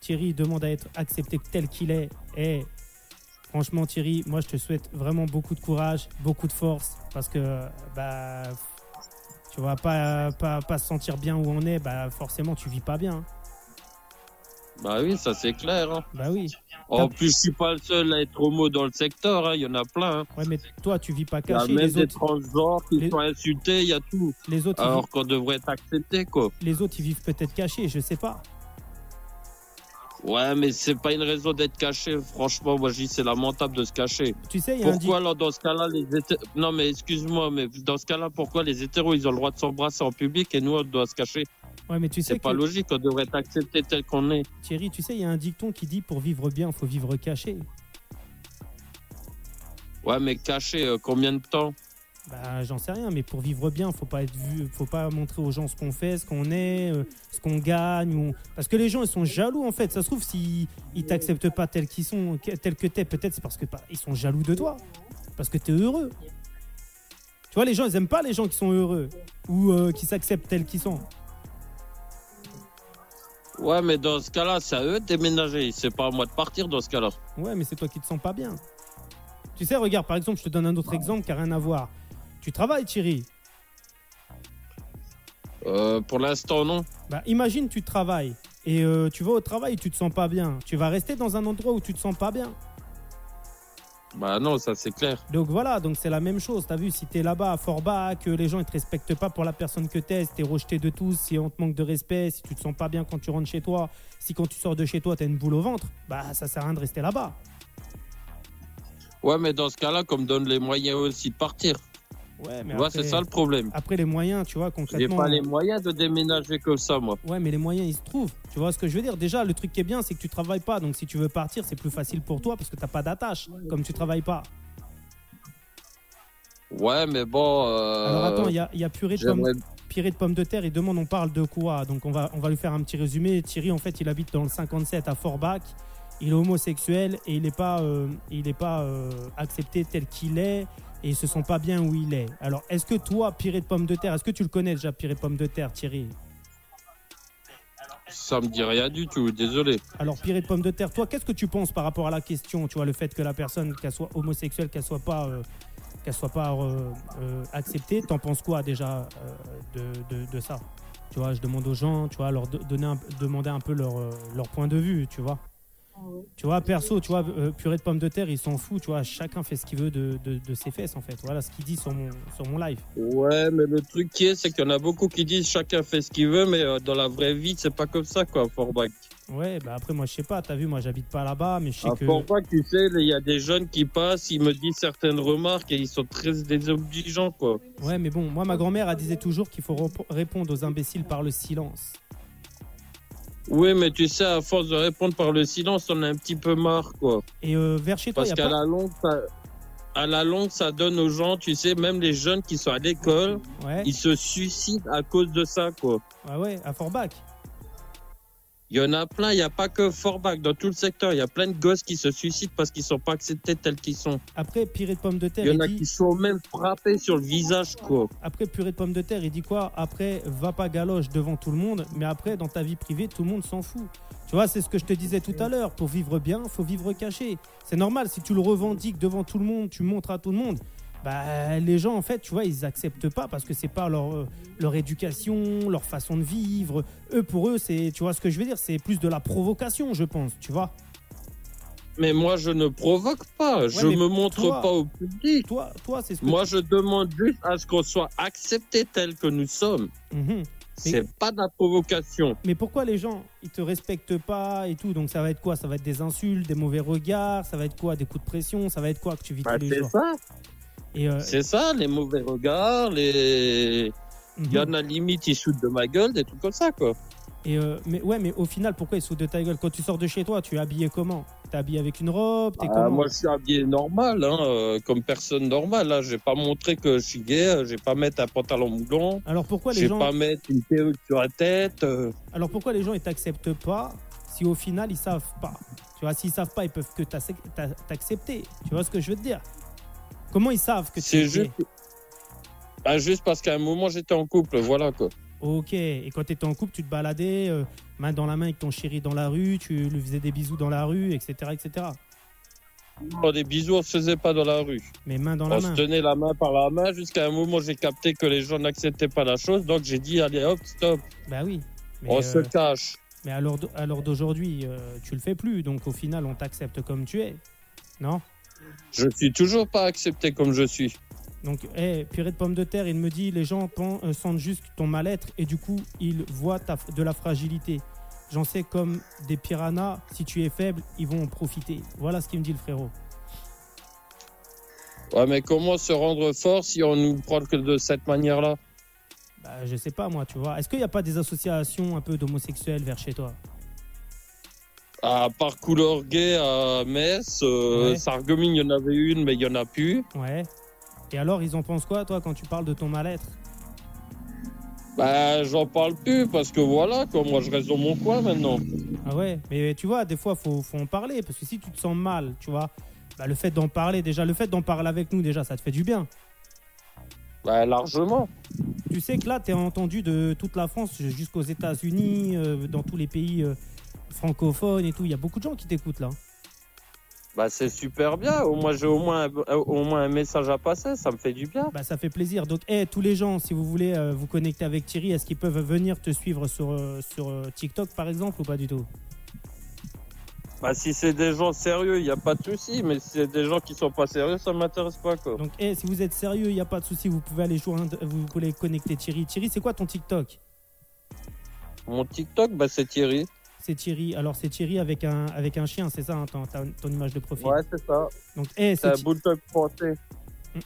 Speaker 2: Thierry demande à être accepté tel qu'il est. Hey, franchement Thierry, moi je te souhaite vraiment beaucoup de courage, beaucoup de force, parce que bah tu vois pas pas pas se sentir bien où on est, bah forcément tu vis pas bien. hein.
Speaker 3: Bah oui, ça c'est clair. hein.
Speaker 2: Bah oui.
Speaker 3: En plus, je suis pas le seul à être homo dans le secteur, hein, il y en a plein. hein.
Speaker 2: Ouais mais toi tu vis pas
Speaker 3: Il y a
Speaker 2: caché.
Speaker 3: même
Speaker 2: Les
Speaker 3: des
Speaker 2: autres,
Speaker 3: transgenres qui
Speaker 2: les-
Speaker 3: sont insultés, il y a tout.
Speaker 2: les autres, ils
Speaker 3: Alors qu'on devrait être accepté, quoi.
Speaker 2: vivent- les autres ils vivent peut-être cachés, je sais pas.
Speaker 3: Ouais, mais c'est pas une raison d'être caché. Franchement, moi, je dis c'est lamentable de se cacher.
Speaker 2: Tu sais il y a un dit-
Speaker 3: Pourquoi, alors, dans ce cas-là, les hété- Non, mais excuse-moi, mais dans ce cas-là, pourquoi les hétéros, ils ont le droit de s'embrasser en public et nous, on doit se cacher
Speaker 2: Ouais mais tu sais
Speaker 3: C'est pas
Speaker 2: que-
Speaker 3: logique, on devrait être accepté tel qu'on est.
Speaker 2: Thierry, tu sais il y a un dicton qui dit pour vivre bien faut vivre caché.
Speaker 3: Ouais, mais caché, euh, combien de temps
Speaker 2: Bah, j'en sais rien, mais pour vivre bien, faut pas être vu, faut pas montrer aux gens ce qu'on fait, ce qu'on est, euh, ce qu'on gagne. ou- Parce que les gens, ils sont jaloux en fait. Ça se trouve, s'ils ils t'acceptent pas tel qu'ils sont, que- tel que t'es, peut-être c'est parce que bah, ils sont jaloux de toi, parce que t'es heureux. Tu vois, les gens, ils aiment pas les gens qui sont heureux ou euh, qui s'acceptent tels qu'ils sont.
Speaker 3: Ouais, mais dans ce cas-là, c'est à eux de déménager. C'est pas à moi de partir dans ce cas-là.
Speaker 2: Ouais, mais c'est toi qui te sens pas bien. Tu sais, regarde, par exemple, je te donne un autre exemple qui a rien à voir. Tu travailles, Thierry.
Speaker 3: Euh, pour l'instant, non.
Speaker 2: Bah, imagine, tu travailles et euh, tu vas au travail, tu te sens pas bien. Tu vas rester dans un endroit où tu te sens pas bien.
Speaker 3: Bah non, ça, c'est clair.
Speaker 2: Donc voilà, donc c'est la même chose. T'as vu, si t'es là-bas à fort bas, que les gens ils te respectent pas pour la personne que t'es, si t'es rejeté de tous, si on te manque de respect, si tu te sens pas bien quand tu rentres chez toi, si quand tu sors de chez toi t'as une boule au ventre, bah ça sert à rien de rester là-bas.
Speaker 3: Ouais, mais dans ce cas-là, qu'on me donne les moyens aussi de partir.
Speaker 2: Ouais, mais
Speaker 3: Tu vois,
Speaker 2: après, hein.
Speaker 3: c'est ça le problème.
Speaker 2: après les moyens, tu vois,
Speaker 3: J'ai
Speaker 2: concrètement.
Speaker 3: pas les moyens de déménager comme ça, moi.
Speaker 2: Ouais, mais les moyens, ils se trouvent. Tu vois ce que je veux dire Déjà, le truc qui est bien, c'est que tu travailles pas. Donc, si tu veux partir, c'est plus facile pour toi parce que t'as pas d'attache, comme tu travailles pas.
Speaker 3: Ouais, mais bon. euh,
Speaker 2: Alors, attends, il y a, il y a purée de pommes
Speaker 3: j'aimerais-
Speaker 2: Piré de pommes de terre, il demande on parle de quoi Donc on va, on va lui faire un petit résumé. Thierry, en fait, il habite dans le 57 à Forbach. Il est homosexuel et il n'est pas, euh, il est pas euh, accepté tel qu'il est et il se sent pas bien où il est. Alors, est-ce que toi, Piré de pommes de terre, est-ce que tu le connais déjà, Piré de pommes de terre, Thierry
Speaker 3: Ça me dit rien du tout, désolé.
Speaker 2: Alors, Piré de pommes de terre, toi, qu'est-ce que tu penses par rapport à la question Tu vois, le fait que la personne, qu'elle soit homosexuelle, qu'elle soit pas. euh, qu'elle soit pas euh, euh, acceptée, t'en penses quoi déjà euh, de, de- de ça Tu vois, je demande aux gens, tu vois, leur do- donner un- demander un peu leur, euh, leur point de vue, tu vois. Tu vois, perso, tu vois, euh, purée de pommes de terre, ils s'en foutent, tu vois, chacun fait ce qu'il veut de, de- de ses fesses, en fait. Voilà ce qu'il dit sur mon, sur mon live.
Speaker 3: Ouais, mais le truc qui est, c'est qu'il y en a beaucoup qui disent chacun fait ce qu'il veut, mais euh, dans la vraie vie, c'est pas comme ça, quoi, à Forbach.
Speaker 2: Ouais, bah après, moi, je sais pas, t'as vu, moi, j'habite pas là-bas, mais je sais
Speaker 3: À
Speaker 2: que.
Speaker 3: Forbach, Ah, tu sais, il y a des jeunes qui passent, ils me disent certaines remarques et ils sont très désobligeants, quoi.
Speaker 2: Ouais, mais bon, moi, ma grand-mère, elle disait toujours qu'il faut rep- répondre aux imbéciles par le silence.
Speaker 3: Oui, mais tu sais, à force de répondre par le silence, on a un petit peu marre, quoi.
Speaker 2: Et euh, vers chez toi, il
Speaker 3: Parce
Speaker 2: y a
Speaker 3: qu'à
Speaker 2: pas.
Speaker 3: la longue, ça... à la longue, ça donne aux gens, tu sais, même les jeunes qui sont à l'école,
Speaker 2: Ouais,
Speaker 3: ils se suicident à cause de ça, quoi.
Speaker 2: ouais, ouais, à Forbach.
Speaker 3: Il y en a plein, il n'y a pas que Forbach, dans tout le secteur, il y a plein de gosses qui se suicident parce qu'ils ne sont pas acceptés tels qu'ils sont.
Speaker 2: Après, purée de pommes de terre,
Speaker 3: Il y en a
Speaker 2: il dit-
Speaker 3: qui sont même frappés sur le visage, quoi.
Speaker 2: après purée de pommes de terre, il dit quoi Après, va pas galoche devant tout le monde, mais après, dans ta vie privée, tout le monde s'en fout. Tu vois, c'est ce que je te disais tout à l'heure. Pour vivre bien, faut vivre caché. C'est normal, si tu le revendiques devant tout le monde, tu montres à tout le monde, bah, les gens, en fait, tu vois, ils acceptent pas parce que c'est pas leur, euh, leur éducation, leur façon de vivre. Eux, pour eux, c'est, tu vois ce que je veux dire, c'est plus de la provocation, je pense, tu vois.
Speaker 3: Mais moi, je ne provoque pas, je
Speaker 2: mais
Speaker 3: me montre
Speaker 2: toi-
Speaker 3: pas au public.
Speaker 2: Toi, toi c'est ce que.
Speaker 3: Moi, je demande juste à ce qu'on soit accepté tel que nous sommes.
Speaker 2: Mhm.
Speaker 3: C'est pas de la provocation.
Speaker 2: Mais pourquoi les gens, ils te respectent pas et tout Donc ça va être quoi Ça va être des insultes, des mauvais regards, ça va être quoi Des coups de pression, ça va être quoi que tu vis
Speaker 3: Bah,
Speaker 2: tous les
Speaker 3: c'est
Speaker 2: jours
Speaker 3: ça,
Speaker 2: Et euh,
Speaker 3: c'est ça, les mauvais regards, les.
Speaker 2: mhm.
Speaker 3: Il y en a limite, ils shootent de ma gueule, des trucs comme ça, quoi.
Speaker 2: Et, euh, mais ouais, mais au final, pourquoi ils se foutent de ta gueule Quand tu sors de chez toi, tu es habillé comment T'es habillé avec une robe T'es
Speaker 3: Ah,
Speaker 2: comment
Speaker 3: moi, je suis habillé normal, hein, euh, comme personne normale. Hein. Je vais pas montrer que je suis gay, euh, je vais pas mettre un pantalon moulant,
Speaker 2: Alors pourquoi
Speaker 3: je
Speaker 2: les
Speaker 3: vais
Speaker 2: gens
Speaker 3: pas mettre une perruque sur la tête. euh.
Speaker 2: Alors pourquoi les gens ils t'acceptent pas si au final ils savent pas Tu vois, s'ils savent pas, ils peuvent que t'ac- t'a- t'accepter. Tu vois ce que je veux te dire Comment ils savent que tu es
Speaker 3: C'est
Speaker 2: gay
Speaker 3: juste. Ah, juste parce qu'à un moment, j'étais en couple, voilà, quoi.
Speaker 2: Ok, et quand tu étais en couple, tu te baladais euh, main dans la main avec ton chéri dans la rue, tu lui faisais des bisous dans la rue, etc. etc.
Speaker 3: Bon, des bisous, on se faisait pas dans la rue.
Speaker 2: Mais main dans la
Speaker 3: On se
Speaker 2: main.
Speaker 3: tenait la main par la main jusqu'à un moment, j'ai capté que les gens n'acceptaient pas la chose, donc j'ai dit, allez, hop, stop,
Speaker 2: Bah oui. Mais,
Speaker 3: on
Speaker 2: euh,
Speaker 3: se cache.
Speaker 2: mais à l'heure d'au- à l'heure d'aujourd'hui, euh, tu le fais plus, donc au final, on t'accepte comme tu es. Non
Speaker 3: Je suis toujours pas accepté comme je suis.
Speaker 2: Donc, eh, purée de pommes de terre, il me dit les gens pen- euh, sentent juste ton mal-être et du coup, ils voient ta f- de la fragilité. J'en sais comme des piranhas, si tu es faible, ils vont en profiter. Voilà ce qu'il me dit le frérot.
Speaker 3: Ouais, mais comment se rendre fort si on nous prend que de cette manière-là
Speaker 2: Bah, je sais pas, moi, tu vois. Est-ce qu'il n'y a pas des associations un peu d'homosexuels vers chez toi
Speaker 3: À part couleur gay à Metz, euh,
Speaker 2: Ouais.
Speaker 3: Sarreguemines, il y en avait une, mais il y en a plus.
Speaker 2: Ouais. Et alors, ils en pensent quoi, toi, quand tu parles de ton mal-être
Speaker 3: Bah, j'en parle plus parce que voilà, quoi, moi je reste dans mon coin maintenant.
Speaker 2: Ah ouais Mais tu vois, des fois, faut, faut en parler. Parce que si tu te sens mal, tu vois, bah, le fait d'en parler, déjà, le fait d'en parler avec nous, déjà, ça te fait du bien.
Speaker 3: Bah, largement.
Speaker 2: Tu sais que là, tu es entendu de toute la France jusqu'aux États-Unis, euh, dans tous les pays euh, francophones et tout. Il y a beaucoup de gens qui t'écoutent là.
Speaker 3: Bah, c'est super bien. Au moins, j'ai au moins, un- euh, au moins un message à passer, ça me fait du bien.
Speaker 2: Bah, ça fait plaisir. Donc, eh, tous les gens, si vous voulez euh, vous connecter avec Thierry, est-ce qu'ils peuvent venir te suivre sur, euh, sur euh, TikTok par exemple ou pas du tout
Speaker 3: Bah, si c'est des gens sérieux, il n'y a pas de souci, mais si c'est des gens qui sont pas sérieux, ça m'intéresse pas, quoi.
Speaker 2: Donc, eh, si vous êtes sérieux, il n'y a pas de souci. Vous pouvez aller joindre, vous pouvez connecter Thierry. Thierry, c'est quoi ton TikTok
Speaker 3: Mon TikTok, bah, c'est Thierry.
Speaker 2: C'est Thierry. Alors, c'est Thierry avec un, avec un chien, c'est ça hein, ton, ta- ton image de profil
Speaker 3: Ouais, c'est ça.
Speaker 2: Donc, eh,
Speaker 3: C'est
Speaker 2: c'est
Speaker 3: un
Speaker 2: Thi-
Speaker 3: bulldog français.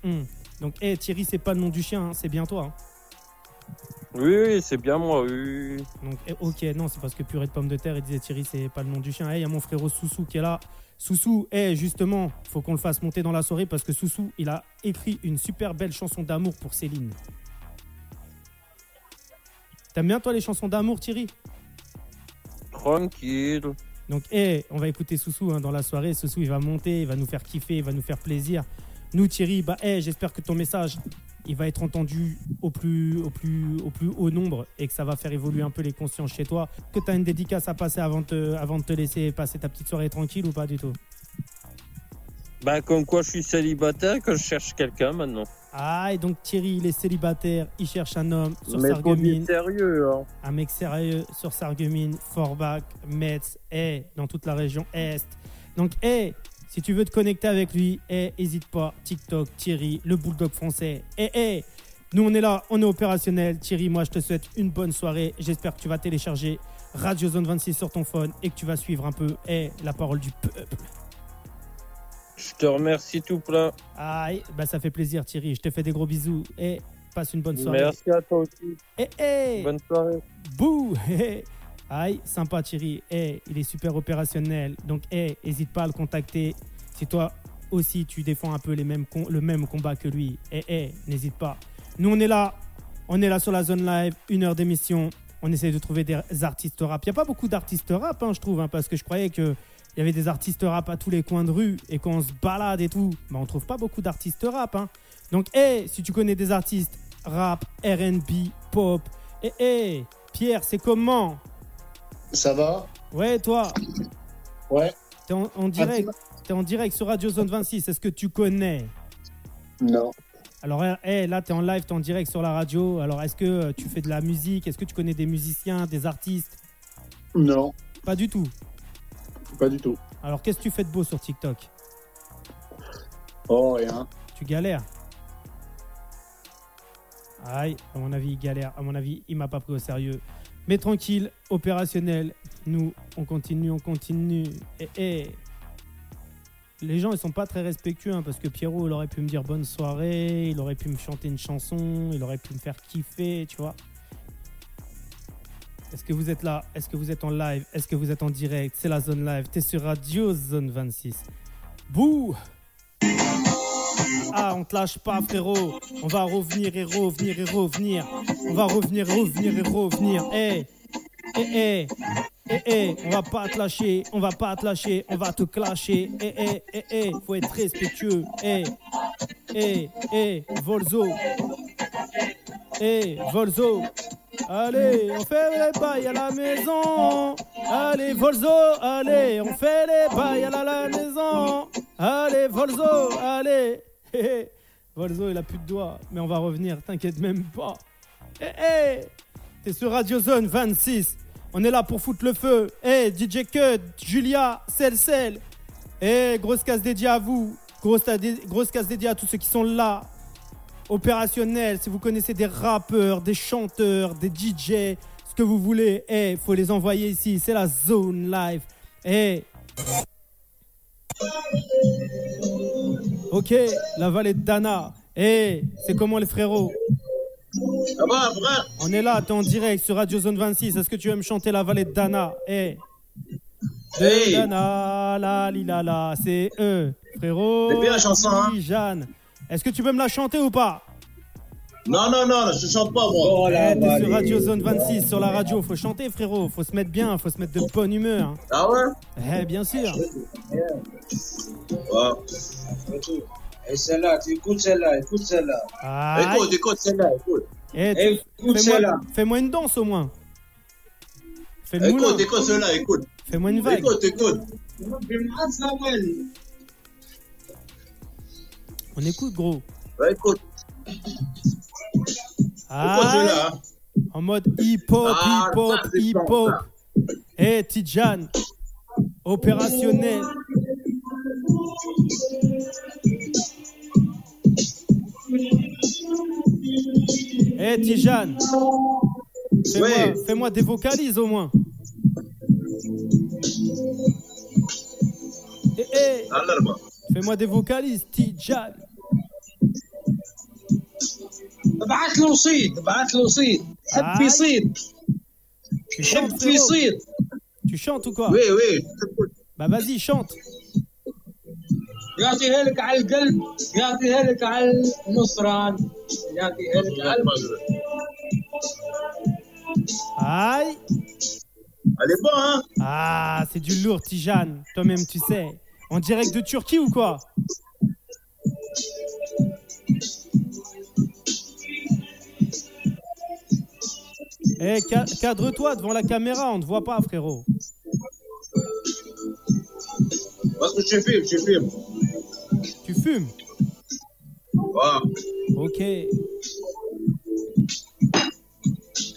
Speaker 2: Mm, mm. Donc, eh, Thierry, c'est pas le nom du chien, hein, c'est bien toi. hein.
Speaker 3: Oui, oui, c'est bien moi, oui. oui.
Speaker 2: Donc, eh, ok, non, c'est parce que purée de pommes de terre, il disait Thierry, c'est pas le nom du chien. Eh, Il y a mon frérot Soussou qui est là. Soussou, eh, justement, faut qu'on le fasse monter dans la soirée parce que Soussou, il a écrit une super belle chanson d'amour pour Céline. T'aimes bien, toi, les chansons d'amour, Thierry
Speaker 3: Tranquille.
Speaker 2: Donc, eh, on va écouter Soussou hein, dans la soirée. Soussou, il va monter, il va nous faire kiffer, il va nous faire plaisir. Nous, Thierry, bah, eh, j'espère que ton message, il va être entendu au plus, au, plus, au plus haut nombre et que ça va faire évoluer un peu les consciences chez toi. Que tu as une dédicace à passer avant de, te- avant de te laisser passer ta petite soirée tranquille ou pas du tout
Speaker 3: Bah, comme quoi je suis célibataire et que je cherche quelqu'un maintenant.
Speaker 2: Ah, et donc Thierry, il est célibataire, il cherche un homme sur
Speaker 3: mais faut
Speaker 2: Sarreguemines,
Speaker 3: du sérieux, hein.
Speaker 2: un mec sérieux sur Sarreguemines, Forbach, Metz, eh, dans toute la région Est. Donc, eh, si tu veux te connecter avec lui, eh, hésite pas. TikTok, Thierry, le bulldog français. Eh, eh, nous on est là, on est opérationnel. Thierry, moi je te souhaite une bonne soirée. J'espère que tu vas télécharger Radio Zone 26 sur ton phone et que tu vas suivre un peu, eh, la parole du peuple.
Speaker 3: Je te remercie tout plein.
Speaker 2: Aïe, bah ça fait plaisir, Thierry. Je te fais des gros bisous. Eh, passe une bonne soirée.
Speaker 3: Merci à toi aussi.
Speaker 2: Eh, eh.
Speaker 3: Bonne soirée.
Speaker 2: Bouh hé, hé. Aïe, sympa Thierry. Eh, il est super opérationnel. Donc, eh, hésite pas à le contacter. Si toi aussi tu défends un peu les mêmes com- le même combat que lui, eh, eh, n'hésite pas. Nous, on est là. On est là sur la zone live. Une heure d'émission. On essaie de trouver des artistes rap. Il n'y a pas beaucoup d'artistes rap, hein, je trouve, hein, parce que je croyais que. Il y avait des artistes rap à tous les coins de rue et quand on se balade et tout, bah on trouve pas beaucoup d'artistes rap. hein. Donc, eh, si tu connais des artistes rap, RB, pop, eh, eh, Pierre, c'est comment
Speaker 8: Ça va
Speaker 2: Ouais, toi,
Speaker 8: Ouais.
Speaker 2: t'es en, en direct. T'es en direct sur Radio Zone 26. Est-ce que tu connais
Speaker 8: Non.
Speaker 2: Alors, eh, eh, là, t'es en live, t'es en direct sur la radio. Alors, est-ce que euh, tu fais de la musique Est-ce que tu connais des musiciens, des artistes
Speaker 8: Non,
Speaker 2: Pas du tout.
Speaker 8: pas du tout.
Speaker 2: Alors, qu'est-ce que tu fais de beau sur TikTok
Speaker 8: Oh, rien.
Speaker 2: Tu galères Aïe, à mon avis, il galère. À mon avis, il m'a pas pris au sérieux. Mais tranquille, opérationnel. Nous, on continue, on continue. Et, Les gens, ils sont pas très respectueux hein, parce que Pierrot, il aurait pu me dire bonne soirée, il aurait pu me chanter une chanson, il aurait pu me faire kiffer, tu vois. Est-ce que vous êtes là Est-ce que vous êtes en live Est-ce que vous êtes en direct C'est la zone live. T'es sur Radio Zone 26. Bouh ah, on te lâche pas, frérot. On va revenir et revenir et revenir. On va revenir, revenir et revenir. Eh, eh, eh, eh, eh. On va pas te lâcher, on va pas te lâcher, on va te clasher. Eh, eh, eh, eh. Faut être respectueux. Eh, eh, eh. Volzo. Eh, Volzo. Allez, on fait les bails à la maison. Allez, Volzo, allez, on fait les bails à la, la maison. Allez, Volzo, allez. Hé, hé. Volzo, il a plus de doigts, mais on va revenir, t'inquiète même pas. Hé, hé. T'es sur Radio Zone 26. On est là pour foutre le feu. Hé, DJ Cut, Julia, Cell Cell. Hé, grosse casse dédiée à vous. Grosse, ta- dé- grosse casse dédiée à tous ceux qui sont là opérationnel, si vous connaissez des rappeurs, des chanteurs, des DJ, ce que vous voulez, eh, faut les envoyer ici, c'est la zone live. Eh. OK, la vallée de Dana. Eh, c'est comment les frérots
Speaker 8: Ça va, frère
Speaker 2: On est là, t'es en direct sur Radio Zone 26. Est-ce que tu veux me chanter la vallée de Dana Eh.
Speaker 8: Hey
Speaker 2: Dana, la li, la la, c'est eux, frérot.
Speaker 8: C'est bien la chanson, hein.
Speaker 2: Oui, Jeanne. Est-ce que tu peux me la chanter ou pas
Speaker 8: Non, non, non, je chante pas, moi. Oh
Speaker 2: Eh, t'es sur Radio Zone 26, sur la radio, faut chanter frérot, faut se mettre bien, faut se mettre
Speaker 8: Oh.
Speaker 2: de bonne humeur.
Speaker 8: Ah ouais
Speaker 2: Eh bien sûr.
Speaker 8: Et celle-là, tu écoutes celle-là, écoute celle-là.
Speaker 2: Ah,
Speaker 8: Écoute, écoute celle-là, écoute.
Speaker 2: eh, tu-
Speaker 8: Écoute
Speaker 2: fais-moi
Speaker 8: celle-là.
Speaker 2: fais-moi une danse au moins. Fais-moi un,
Speaker 8: Écoute, écoute celle-là, écoute.
Speaker 2: fais-moi une vague.
Speaker 8: Écoute, écoute.
Speaker 2: On écoute gros.
Speaker 8: Ouais, Écoute, écoute
Speaker 2: Ah,
Speaker 8: celle-là. hein.
Speaker 2: en mode hip hop,
Speaker 8: Ah,
Speaker 2: hip hop,
Speaker 8: ça, c'est
Speaker 2: hip hop. Eh Tidjane, opérationnel. Eh Tidjane, fais-moi
Speaker 8: Ouais.
Speaker 2: fais-moi des vocalises au moins. Eh, eh.
Speaker 8: Alors, bon.
Speaker 2: Fais-moi des vocalises, Tijan.
Speaker 8: ابعث له صيد ابعث له صيد حب في صيد
Speaker 2: Tu chantes,
Speaker 8: حب في
Speaker 2: frérot
Speaker 8: صيد
Speaker 2: Tu chantes ou quoi
Speaker 8: وي وي
Speaker 2: Bah vas-y, chante.
Speaker 8: يعطيها لك على القلب يعطيها لك على النصران يعطيها لك على المغرب
Speaker 2: Aïe.
Speaker 8: Elle est bonne, hein
Speaker 2: Ah, c'est du lourd, Tijan. Toi-même, tu sais. En direct de Turquie ou quoi Eh, ca- cadre-toi devant la caméra, on te voit pas, frérot.
Speaker 8: Parce que je filme, je filme.
Speaker 2: Tu fumes
Speaker 8: Voilà.
Speaker 2: Ok.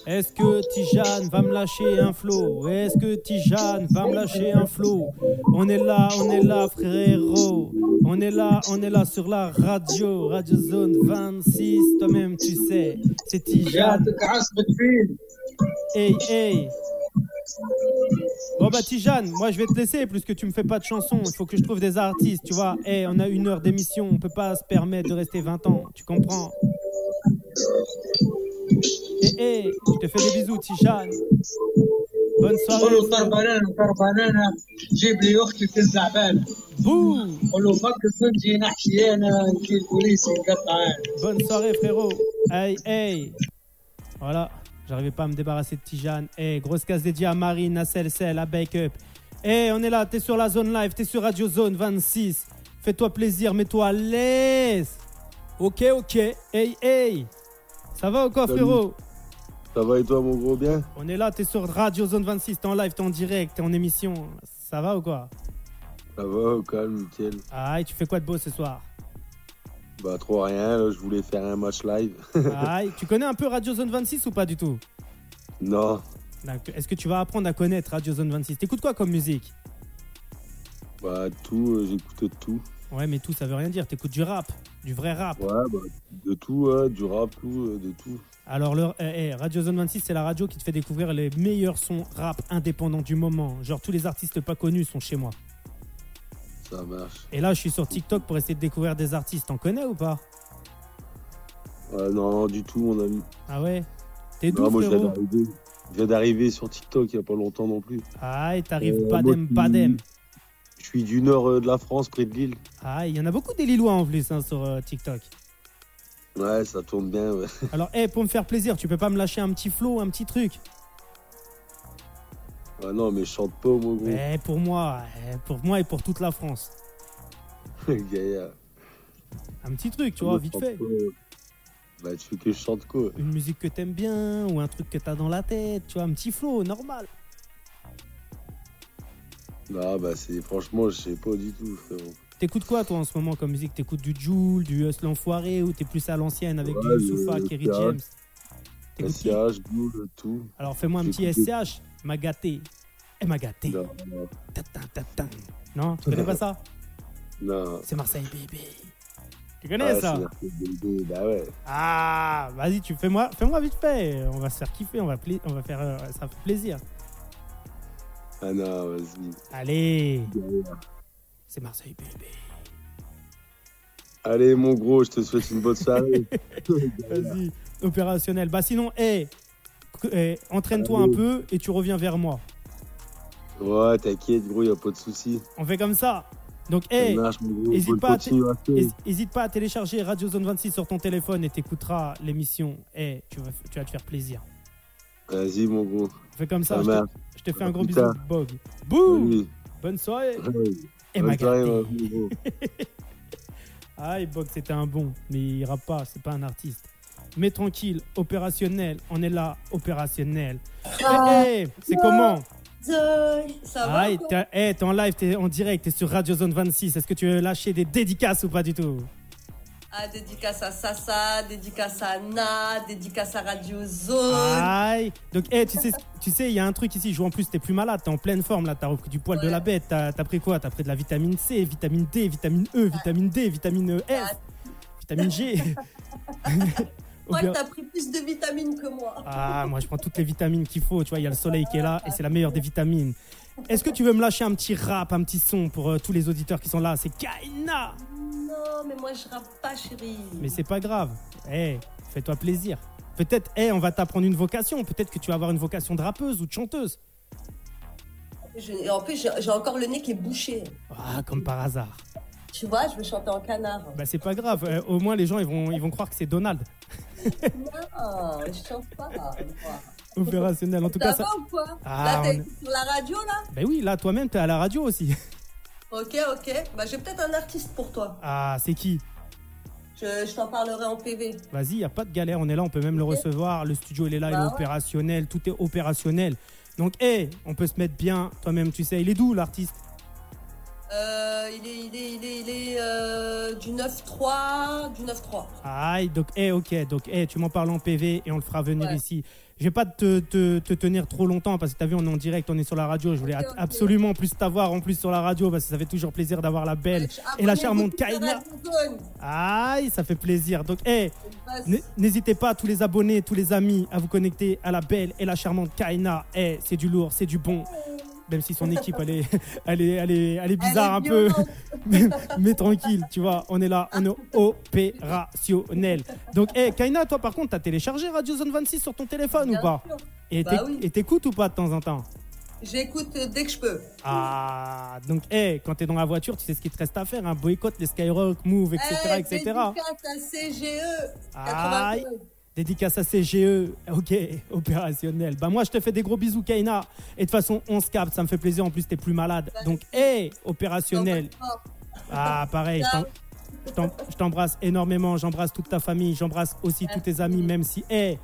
Speaker 2: Est-ce que Tijane va me lâcher un flow Est-ce que Tijane va me lâcher un flow On est là, on est là, frérot. On est là, on est là sur la radio, Radio Zone 26. Toi-même, tu sais, c'est Tijane.
Speaker 8: يعطيك عصبة فيل
Speaker 2: Hey, hey. Bon bah Tijane, moi je vais te laisser plus que tu me fais pas de chansons. Il faut que je trouve des artistes, tu vois. Hey, on a une heure d'émission, on peut pas se permettre de rester 20 ans, tu comprends Hey, hey, je te fais des bisous Tijane. Bonne soirée.
Speaker 8: قول له طر بنانا طر بنانا جيب لي اختي في الزعبان
Speaker 2: Bouh
Speaker 8: قول له فك سنجي نحشي انا كي البوليس يقطع انا
Speaker 2: Bonne soirée, frérot. Hey, hey. Voilà, j'arrivais pas à me débarrasser de Tijane. Hey, grosse case dédiée à Marine, à Celle, Celle, à Bake Up. Hey, on est là, t'es sur la zone live, t'es sur Radio Zone 26. Fais-toi plaisir, mets-toi à l'aise. Ok, ok. Hey, hey. Ça va ou quoi,
Speaker 9: Salut.
Speaker 2: frérot
Speaker 9: Ça va et toi, mon gros bien
Speaker 2: On est là, t'es sur Radio Zone 26, t'es en live, t'es en direct, t'es en émission. Ça va ou quoi
Speaker 9: Ça va, au calme, nickel.
Speaker 2: Aïe, tu fais quoi de beau ce soir
Speaker 9: Bah, trop rien, là, je voulais faire un match live.
Speaker 2: Aïe, tu connais un peu Radio Zone 26 ou pas du tout
Speaker 9: non,
Speaker 2: Donc, Est-ce que tu vas apprendre à connaître Radio Zone 26 T'écoutes quoi comme musique
Speaker 9: bah, tout, euh, j'écoutais de tout.
Speaker 2: Ouais, mais tout ça veut rien dire. T'écoutes du rap, du vrai rap.
Speaker 9: Ouais, bah, de tout, ouais, du rap, tout, euh, de tout.
Speaker 2: Alors, le, eh, eh, Radio Zone 26, c'est la radio qui te fait découvrir les meilleurs sons rap indépendants du moment. Genre, tous les artistes pas connus sont chez moi.
Speaker 9: Ça marche.
Speaker 2: Et là, je suis sur TikTok pour essayer de découvrir des artistes. T'en connais ou pas
Speaker 9: Ouais, non, non, du tout, mon ami.
Speaker 2: Ah ouais T'es
Speaker 9: Non,
Speaker 2: doux,
Speaker 9: moi, je viens
Speaker 2: frérot
Speaker 9: d'arriver. Je viens d'arriver sur TikTok il n'y a pas longtemps non plus.
Speaker 2: Aïe, t'arrives
Speaker 9: Euh,
Speaker 2: badem,
Speaker 9: moi, je-
Speaker 2: badem.
Speaker 9: Je suis du nord euh, de la France, près de Lille.
Speaker 2: Aïe, il y en a beaucoup des Lillois en plus hein, sur euh, TikTok.
Speaker 9: Ouais, ça tourne bien, ouais.
Speaker 2: Alors, eh, pour me faire plaisir, tu peux pas me lâcher un petit flow, un petit truc
Speaker 9: Ah non, mais je chante pas, mon gros.
Speaker 2: Eh, pour moi, eh, pour moi et pour toute la France.
Speaker 9: Gaillard.
Speaker 2: Un petit truc, tu vois, vite fait.
Speaker 9: Bah, tu veux que je chante quoi
Speaker 2: une musique que t'aimes bien ou un truc que t'as dans la tête, tu vois, un petit flow normal.
Speaker 9: Non, bah, c'est franchement, je sais pas du tout, frérot.
Speaker 2: T'écoutes quoi toi en ce moment comme musique T'écoutes du Joule, du Hustle l'enfoiré ou t'es plus à l'ancienne avec
Speaker 9: Ouais,
Speaker 2: du Youssoufa,
Speaker 9: le-
Speaker 2: Kerry
Speaker 9: le-
Speaker 2: James T'écoutes qui
Speaker 9: SCH, Goul, tout.
Speaker 2: Alors fais-moi un petit
Speaker 9: j'écoute-
Speaker 2: SCH, m'a gâté. Eh m'a gâté.
Speaker 9: Non, non,
Speaker 2: Tatin, tatin. Non, tu connais pas ça
Speaker 9: non.
Speaker 2: C'est Marseille bébé. Tu
Speaker 9: Ah,
Speaker 2: connais
Speaker 9: c'est
Speaker 2: ça
Speaker 9: la RPBB, Bah ouais.
Speaker 2: Ah, vas-y, tu fais-moi, fais-moi vite fait. On va se faire kiffer, on va, pla- on va faire, euh, ça fait plaisir.
Speaker 9: Ah non, vas-y.
Speaker 2: Allez, c'est Marseille bébé.
Speaker 9: Allez, mon gros, je te souhaite une bonne soirée.
Speaker 2: Vas-y, opérationnel. Bah sinon, hé, c- hé, entraîne-toi un
Speaker 9: Allô.
Speaker 2: peu et tu reviens vers moi.
Speaker 9: ouais, t'inquiète, gros, y a pas de soucis.
Speaker 2: On fait comme ça. Donc, hé,
Speaker 9: Ça marche, mon gros.
Speaker 2: hésite
Speaker 9: Bonne
Speaker 2: pas à t-
Speaker 9: continuation.
Speaker 2: n'hésite pas à télécharger Radio Zone 26 sur ton téléphone et t'écouteras l'émission. Hé, tu vas, tu vas te faire plaisir.
Speaker 9: Vas-y, mon gros.
Speaker 2: On fait comme ça.
Speaker 9: Ça
Speaker 2: je, te,
Speaker 9: marche.
Speaker 2: je te fais
Speaker 9: À
Speaker 2: un gros
Speaker 9: plus
Speaker 2: bisou,
Speaker 9: tard.
Speaker 2: Bog. Bouh
Speaker 9: Salut.
Speaker 2: Bonne soirée. Et Eh, ma
Speaker 9: Bonne soirée,
Speaker 2: gâtée.
Speaker 9: mon gros.
Speaker 2: Aïe, Bog, Ah, c'était un bon, mais il rappe pas, c'est pas un artiste. Mais tranquille, opérationnel, on est là, opérationnel. Hé, hé, c'est comment
Speaker 10: Ça va
Speaker 2: Aïe, t'es hey, t'es en live, t'es en direct, t'es sur Radio Zone 26. Est-ce que tu veux lâcher des dédicaces ou pas du tout
Speaker 10: Ah, dédicace à Sasa, dédicace à Na, dédicace à Radio Zone.
Speaker 2: Aïe. Donc, hey, tu sais, tu sais, il y a un truc ici. Je vois en plus, t'es plus malade, t'es en pleine forme là. T'as repris du poil de la bête. T'as t'as pris quoi T'as pris de la vitamine C, vitamine D, vitamine E, vitamine D, vitamine E, F, vitamine G.
Speaker 10: Moi, t'as pris plus de vitamines que moi.
Speaker 2: Ah, moi je prends toutes les vitamines qu'il faut. Tu vois, il y a le soleil qui est là et c'est la meilleure des vitamines. Est-ce que tu veux me lâcher un petit rap, un petit son pour euh, tous les auditeurs qui sont là C'est Kaina.
Speaker 10: Non, mais moi, je rappe pas, chérie.
Speaker 2: Mais c'est pas grave. Eh, fais-toi plaisir. Peut-être, eh, on va t'apprendre une vocation. Peut-être que tu vas avoir une vocation de rappeuse ou de chanteuse.
Speaker 10: Je- en plus, j'ai j'ai encore le nez qui est bouché.
Speaker 2: Ah, comme par hasard.
Speaker 10: Tu vois, je veux chanter en canard.
Speaker 2: Bah, c'est pas grave. Eh, au moins, les gens, ils vont, ils vont croire que c'est Donald.
Speaker 10: Non, je chante pas. moi.
Speaker 2: Opérationnel. En tout cas,
Speaker 10: Ça
Speaker 2: ça.
Speaker 10: va ou quoi
Speaker 2: Ah,
Speaker 10: Là,
Speaker 2: on
Speaker 10: t'es
Speaker 2: est-
Speaker 10: sur la radio, là
Speaker 2: Bah oui, là, toi-même, t'es à la radio aussi.
Speaker 10: Ok, ok. Bah, j'ai peut-être un artiste pour toi.
Speaker 2: Ah, c'est qui
Speaker 10: Je, je t'en parlerai en PV.
Speaker 2: Vas-y, y a pas de galère. On est là, on peut même le recevoir. Le studio, il est là, il
Speaker 10: Bah
Speaker 2: est
Speaker 10: ouais.
Speaker 2: opérationnel. Tout est opérationnel. Donc, eh, on peut se mettre bien. Toi-même, tu sais, il est d'où l'artiste
Speaker 10: Euh, il est, il est, il est, il est euh, du 9-3, du 9-3.
Speaker 2: Aïe, donc, eh, ok, donc, eh, tu m'en parles en PV et on le fera venir
Speaker 10: Ouais.
Speaker 2: ici. Je vais pas te, te- te tenir trop longtemps parce que t'as vu, on est en direct, on est sur la radio. Je voulais
Speaker 10: Ok,
Speaker 2: at-
Speaker 10: ok.
Speaker 2: absolument plus t'avoir en plus sur la radio parce que ça fait toujours plaisir d'avoir la belle et la charmante Kaina. Aïe, ça fait plaisir. Donc, eh, n- n'hésitez pas, tous les abonnés, tous les amis, à vous connecter à la belle et la charmante Kaina. Eh, c'est du lourd, c'est du bon. Même si son équipe, elle est, elle est, elle est, elle est bizarre hein, un peu. mais, mais tranquille, tu vois, on est là, on est opérationnel. Donc, eh, Kaina, toi par contre, t'as téléchargé Radio Zone 26 sur ton téléphone ou pas Et
Speaker 10: Bah
Speaker 2: t'éc-
Speaker 10: oui.
Speaker 2: et t'écoutes ou pas de temps en temps
Speaker 10: J'écoute euh, dès que je peux.
Speaker 2: Ah, donc, hey, quand t'es dans la voiture, tu sais ce qu'il te reste à faire, hein, boycott les Skyrock, Move, etc.,
Speaker 10: Eh,
Speaker 2: etc.
Speaker 10: dédicace à E? CGE.
Speaker 2: Aïe.
Speaker 10: 82.
Speaker 2: Dédicace à CGE, ok, opérationnel. Bah moi je te fais des gros bisous Kaina. Et de toute façon on se capte, ça me fait plaisir, en plus t'es plus malade. Donc hey, opérationnel. Ah pareil, je t'en- je t'en- je t'embrasse énormément, j'embrasse toute ta famille, j'embrasse aussi tous tes amis, même si hey,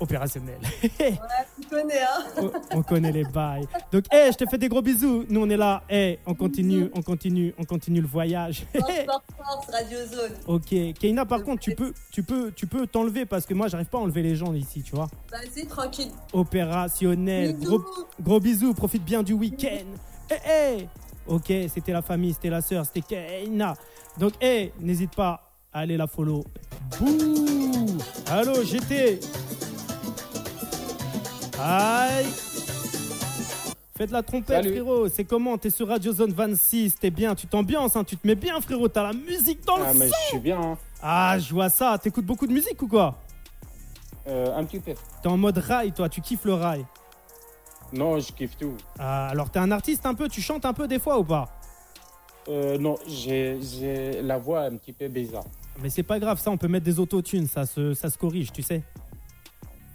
Speaker 2: opérationnel.
Speaker 10: Tu connais, hein
Speaker 2: on connaît les bails. Donc hey, je te fais des gros bisous, nous on est là, hey, on continue, on continue, on continue le voyage.
Speaker 10: Force, force, force, Radio Zone.
Speaker 2: Ok, Keina, par contre, tu peux, tu peux, tu peux t'enlever parce que moi, j'arrive pas à enlever les gens ici, tu vois.
Speaker 10: Vas-y, tranquille.
Speaker 2: Opérationnel. Gros, gros bisous, profite bien du week-end. Eh, eh. Ok, c'était la famille, c'était la sœur, c'était Keina. Donc, eh, n'hésite pas à aller la follow. Bouh Allô, GT Aïe Fais de la trompette,
Speaker 11: Salut.
Speaker 2: frérot. C'est comment T'es sur Radio Zone 26, t'es bien, tu t'ambiances, hein, tu te mets bien, frérot. T'as la musique dans le
Speaker 11: Ah, mais je
Speaker 2: sang.
Speaker 11: suis bien. hein.
Speaker 2: Ah, je vois ça. T'écoutes beaucoup de musique ou quoi
Speaker 11: Euh, un petit peu.
Speaker 2: T'es en mode rail, toi. Tu kiffes le rail.
Speaker 11: Non, je kiffe tout.
Speaker 2: Ah, alors, t'es un artiste un peu Tu chantes un peu des fois ou pas
Speaker 11: Euh, non, j'ai j'ai la voix un petit peu bizarre.
Speaker 2: Mais c'est pas grave, ça. On peut mettre des autotunes. Ça se, ça se corrige, tu sais.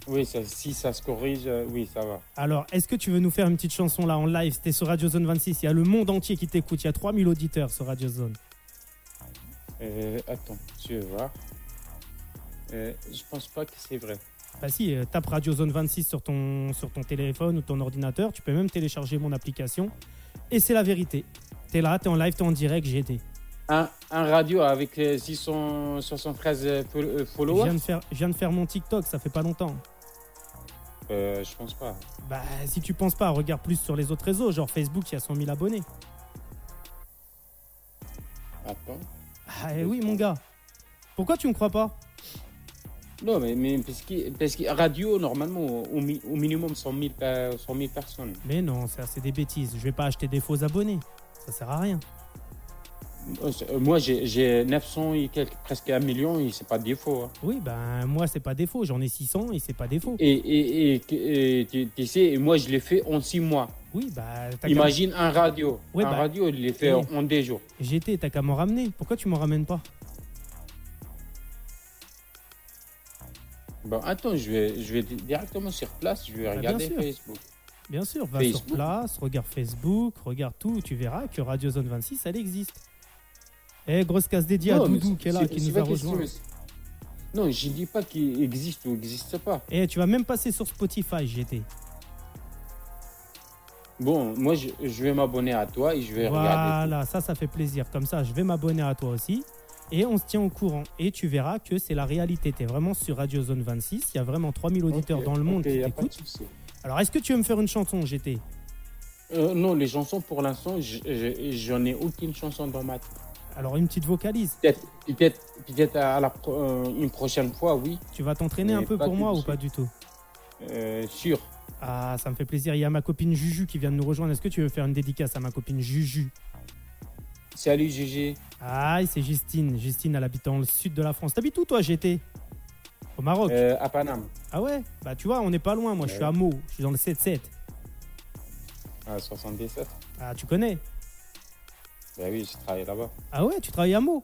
Speaker 11: Oui, ça- si ça se corrige, euh, oui, ça va.
Speaker 2: Alors, est-ce que tu veux nous faire une petite chanson là en live C'était sur Radio Zone 26. Il y a le monde entier qui t'écoute. Il y a 3000 auditeurs sur Radio Zone.
Speaker 11: Euh, attends, tu vas voir. Euh, je pense pas que c'est vrai.
Speaker 2: Bah si, euh, tape Radio Zone 26 sur ton, sur ton téléphone ou ton ordinateur. Tu peux même télécharger mon application. Et c'est la vérité. T'es là, t'es en live, t'es en direct, j'ai aidé.
Speaker 11: Un, un radio avec euh, 673 euh, fol-
Speaker 2: Je
Speaker 11: euh,
Speaker 2: viens,
Speaker 11: followers
Speaker 2: de faire, je viens de faire mon TikTok, ça fait pas longtemps.
Speaker 11: Euh, Je pense pas.
Speaker 2: Bah, si tu penses pas, regarde plus sur les autres réseaux. Genre Facebook, il y a 100 000 abonnés.
Speaker 11: Attends.
Speaker 2: Ah eh oui, mon gars. Pourquoi tu me crois pas
Speaker 11: Non, mais, mais parce que parce que radio, normalement, au, mi- au minimum 100 000, pa- 100 000 personnes.
Speaker 2: Mais non, ça, c'est des bêtises. Je vais pas acheter des faux abonnés. Ça sert à rien.
Speaker 11: Euh, c'est- euh, Moi, j'ai- j'ai 900 et quelques, presque un million, et c'est pas de défaut. hein.
Speaker 2: Oui, ben moi, c'est pas défaut. J'en ai 600 et c'est pas défaut.
Speaker 11: Et, et, et- et tu, tu sais, moi, je l'ai fait en 6 mois.
Speaker 2: Oui, bah. t'as qu'à-
Speaker 11: Imagine un radio.
Speaker 2: Ouais,
Speaker 11: un
Speaker 2: bah,
Speaker 11: radio, il l'est fait
Speaker 2: oui.
Speaker 11: en 2 jours.
Speaker 2: GT, t'as qu'à m'en ramener. Pourquoi tu m'en ramènes pas
Speaker 11: Bon, bah, attends, je vais, je vais directement sur place, je vais
Speaker 2: Bah, bien
Speaker 11: regarder
Speaker 2: sûr.
Speaker 11: Facebook.
Speaker 2: Bien sûr, va sur
Speaker 11: Facebook.
Speaker 2: place, regarde Facebook, regarde tout. Tu verras que Radio Zone 26, elle existe. Eh, grosse casse dédiée à
Speaker 11: Non, mais
Speaker 2: Doudou
Speaker 11: c'est-
Speaker 2: qui est là,
Speaker 11: c'est-
Speaker 2: qui
Speaker 11: c'est
Speaker 2: nous a
Speaker 11: pas question,
Speaker 2: rejoint.
Speaker 11: mais c'est- Non, je dis pas qu'il existe ou n'existe pas.
Speaker 2: Eh, tu vas même passer sur Spotify, GT.
Speaker 11: Bon, moi, je, je vais m'abonner à toi et je vais regarder.
Speaker 2: Voilà, ça, ça fait plaisir. Comme ça, je vais m'abonner à toi aussi. Et on se tient au courant. Et tu verras que c'est la réalité. Tu es vraiment sur Radio Zone 26. Il y a vraiment 3000 auditeurs dans le monde
Speaker 11: ok, y
Speaker 2: qui
Speaker 11: a pas de
Speaker 2: t'écoutent. Alors, est-ce que tu veux me faire une chanson, GT
Speaker 11: Euh, non, les chansons, pour l'instant, je- je- j'en ai aucune chanson dans ma tête.
Speaker 2: Alors, une petite vocalise.
Speaker 11: Peut-être peut-être peut-être à la pro- euh, une prochaine fois, oui.
Speaker 2: Tu vas t'entraîner un
Speaker 11: Mais
Speaker 2: peu
Speaker 11: pas
Speaker 2: pour
Speaker 11: tout
Speaker 2: moi
Speaker 11: de
Speaker 2: ou
Speaker 11: suite.
Speaker 2: pas du tout
Speaker 11: Euh, sûr.
Speaker 2: Ah, ça me fait plaisir. Il y a ma copine Juju qui vient de nous rejoindre. Est-ce que tu veux faire une dédicace à ma copine Juju
Speaker 11: Salut GG.
Speaker 2: Aïe, c'est Justine. Justine, elle habite dans le sud de la France. T'habites où, toi, GT Au Maroc
Speaker 11: Euh, à Paname.
Speaker 2: Ah ouais Bah, tu vois, on n'est pas loin. Moi, je suis à Meaux. Je suis dans le 7-7.
Speaker 11: À 77.
Speaker 2: Ah, tu connais
Speaker 11: Bah oui, je travaille là-bas.
Speaker 2: Ah ouais, tu travailles à Meaux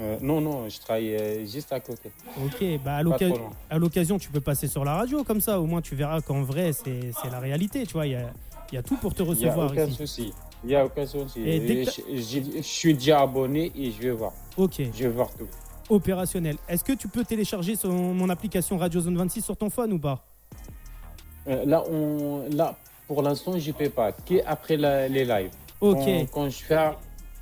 Speaker 11: Euh, non, non, je travaille euh, juste à côté.
Speaker 2: Ok, bah à
Speaker 11: Pas trop
Speaker 2: l'occasion,
Speaker 11: loin.
Speaker 2: à l'occasion, tu peux passer sur la radio comme ça, au moins tu verras qu'en vrai, c'est c'est la réalité, tu vois, il y a, il y a tout pour te
Speaker 11: Il n'y a
Speaker 2: recevoir
Speaker 11: aucun
Speaker 2: ici.
Speaker 11: souci. Il n'y a aucun souci.
Speaker 2: Et dès que
Speaker 11: Je, je- je suis déjà abonné et je vais voir.
Speaker 2: Ok,
Speaker 11: Je vais voir tout.
Speaker 2: opérationnel. Est-ce que tu peux télécharger son- mon application Radio Zone 26 sur ton phone ou pas
Speaker 11: Euh, là, on, là, pour l'instant, je ne peux pas. Euh, Qu'après la- les lives.
Speaker 2: Ok.
Speaker 11: Quand, quand je fais,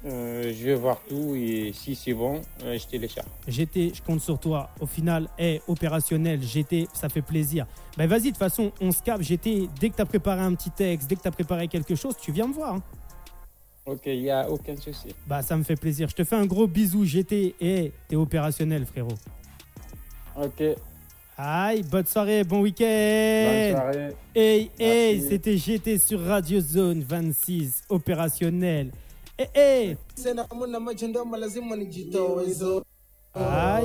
Speaker 11: euh, je vais voir tout et si c'est bon, euh, je télécharge.
Speaker 2: GT, je compte sur toi. Au final, hey, opérationnel, GT, ça fait plaisir. Bah vas-y, de toute façon, on se capte, GT. Dès que tu as préparé un petit texte, dès que tu as préparé quelque chose, tu viens me voir. hein.
Speaker 11: Ok, il n'y a aucun souci.
Speaker 2: Bah ça me fait plaisir. Je te fais un gros bisou, GT. Et t'es opérationnel, frérot.
Speaker 11: Ok.
Speaker 2: Aïe, bonne soirée, bon week-end.
Speaker 11: Bonne soirée.
Speaker 2: Hey, hey,
Speaker 11: Merci.
Speaker 2: c'était GT sur Radio Zone 26, opérationnel. Hey, hey.
Speaker 1: Sena muna machandoma lazima nijitowezo
Speaker 2: Aïe,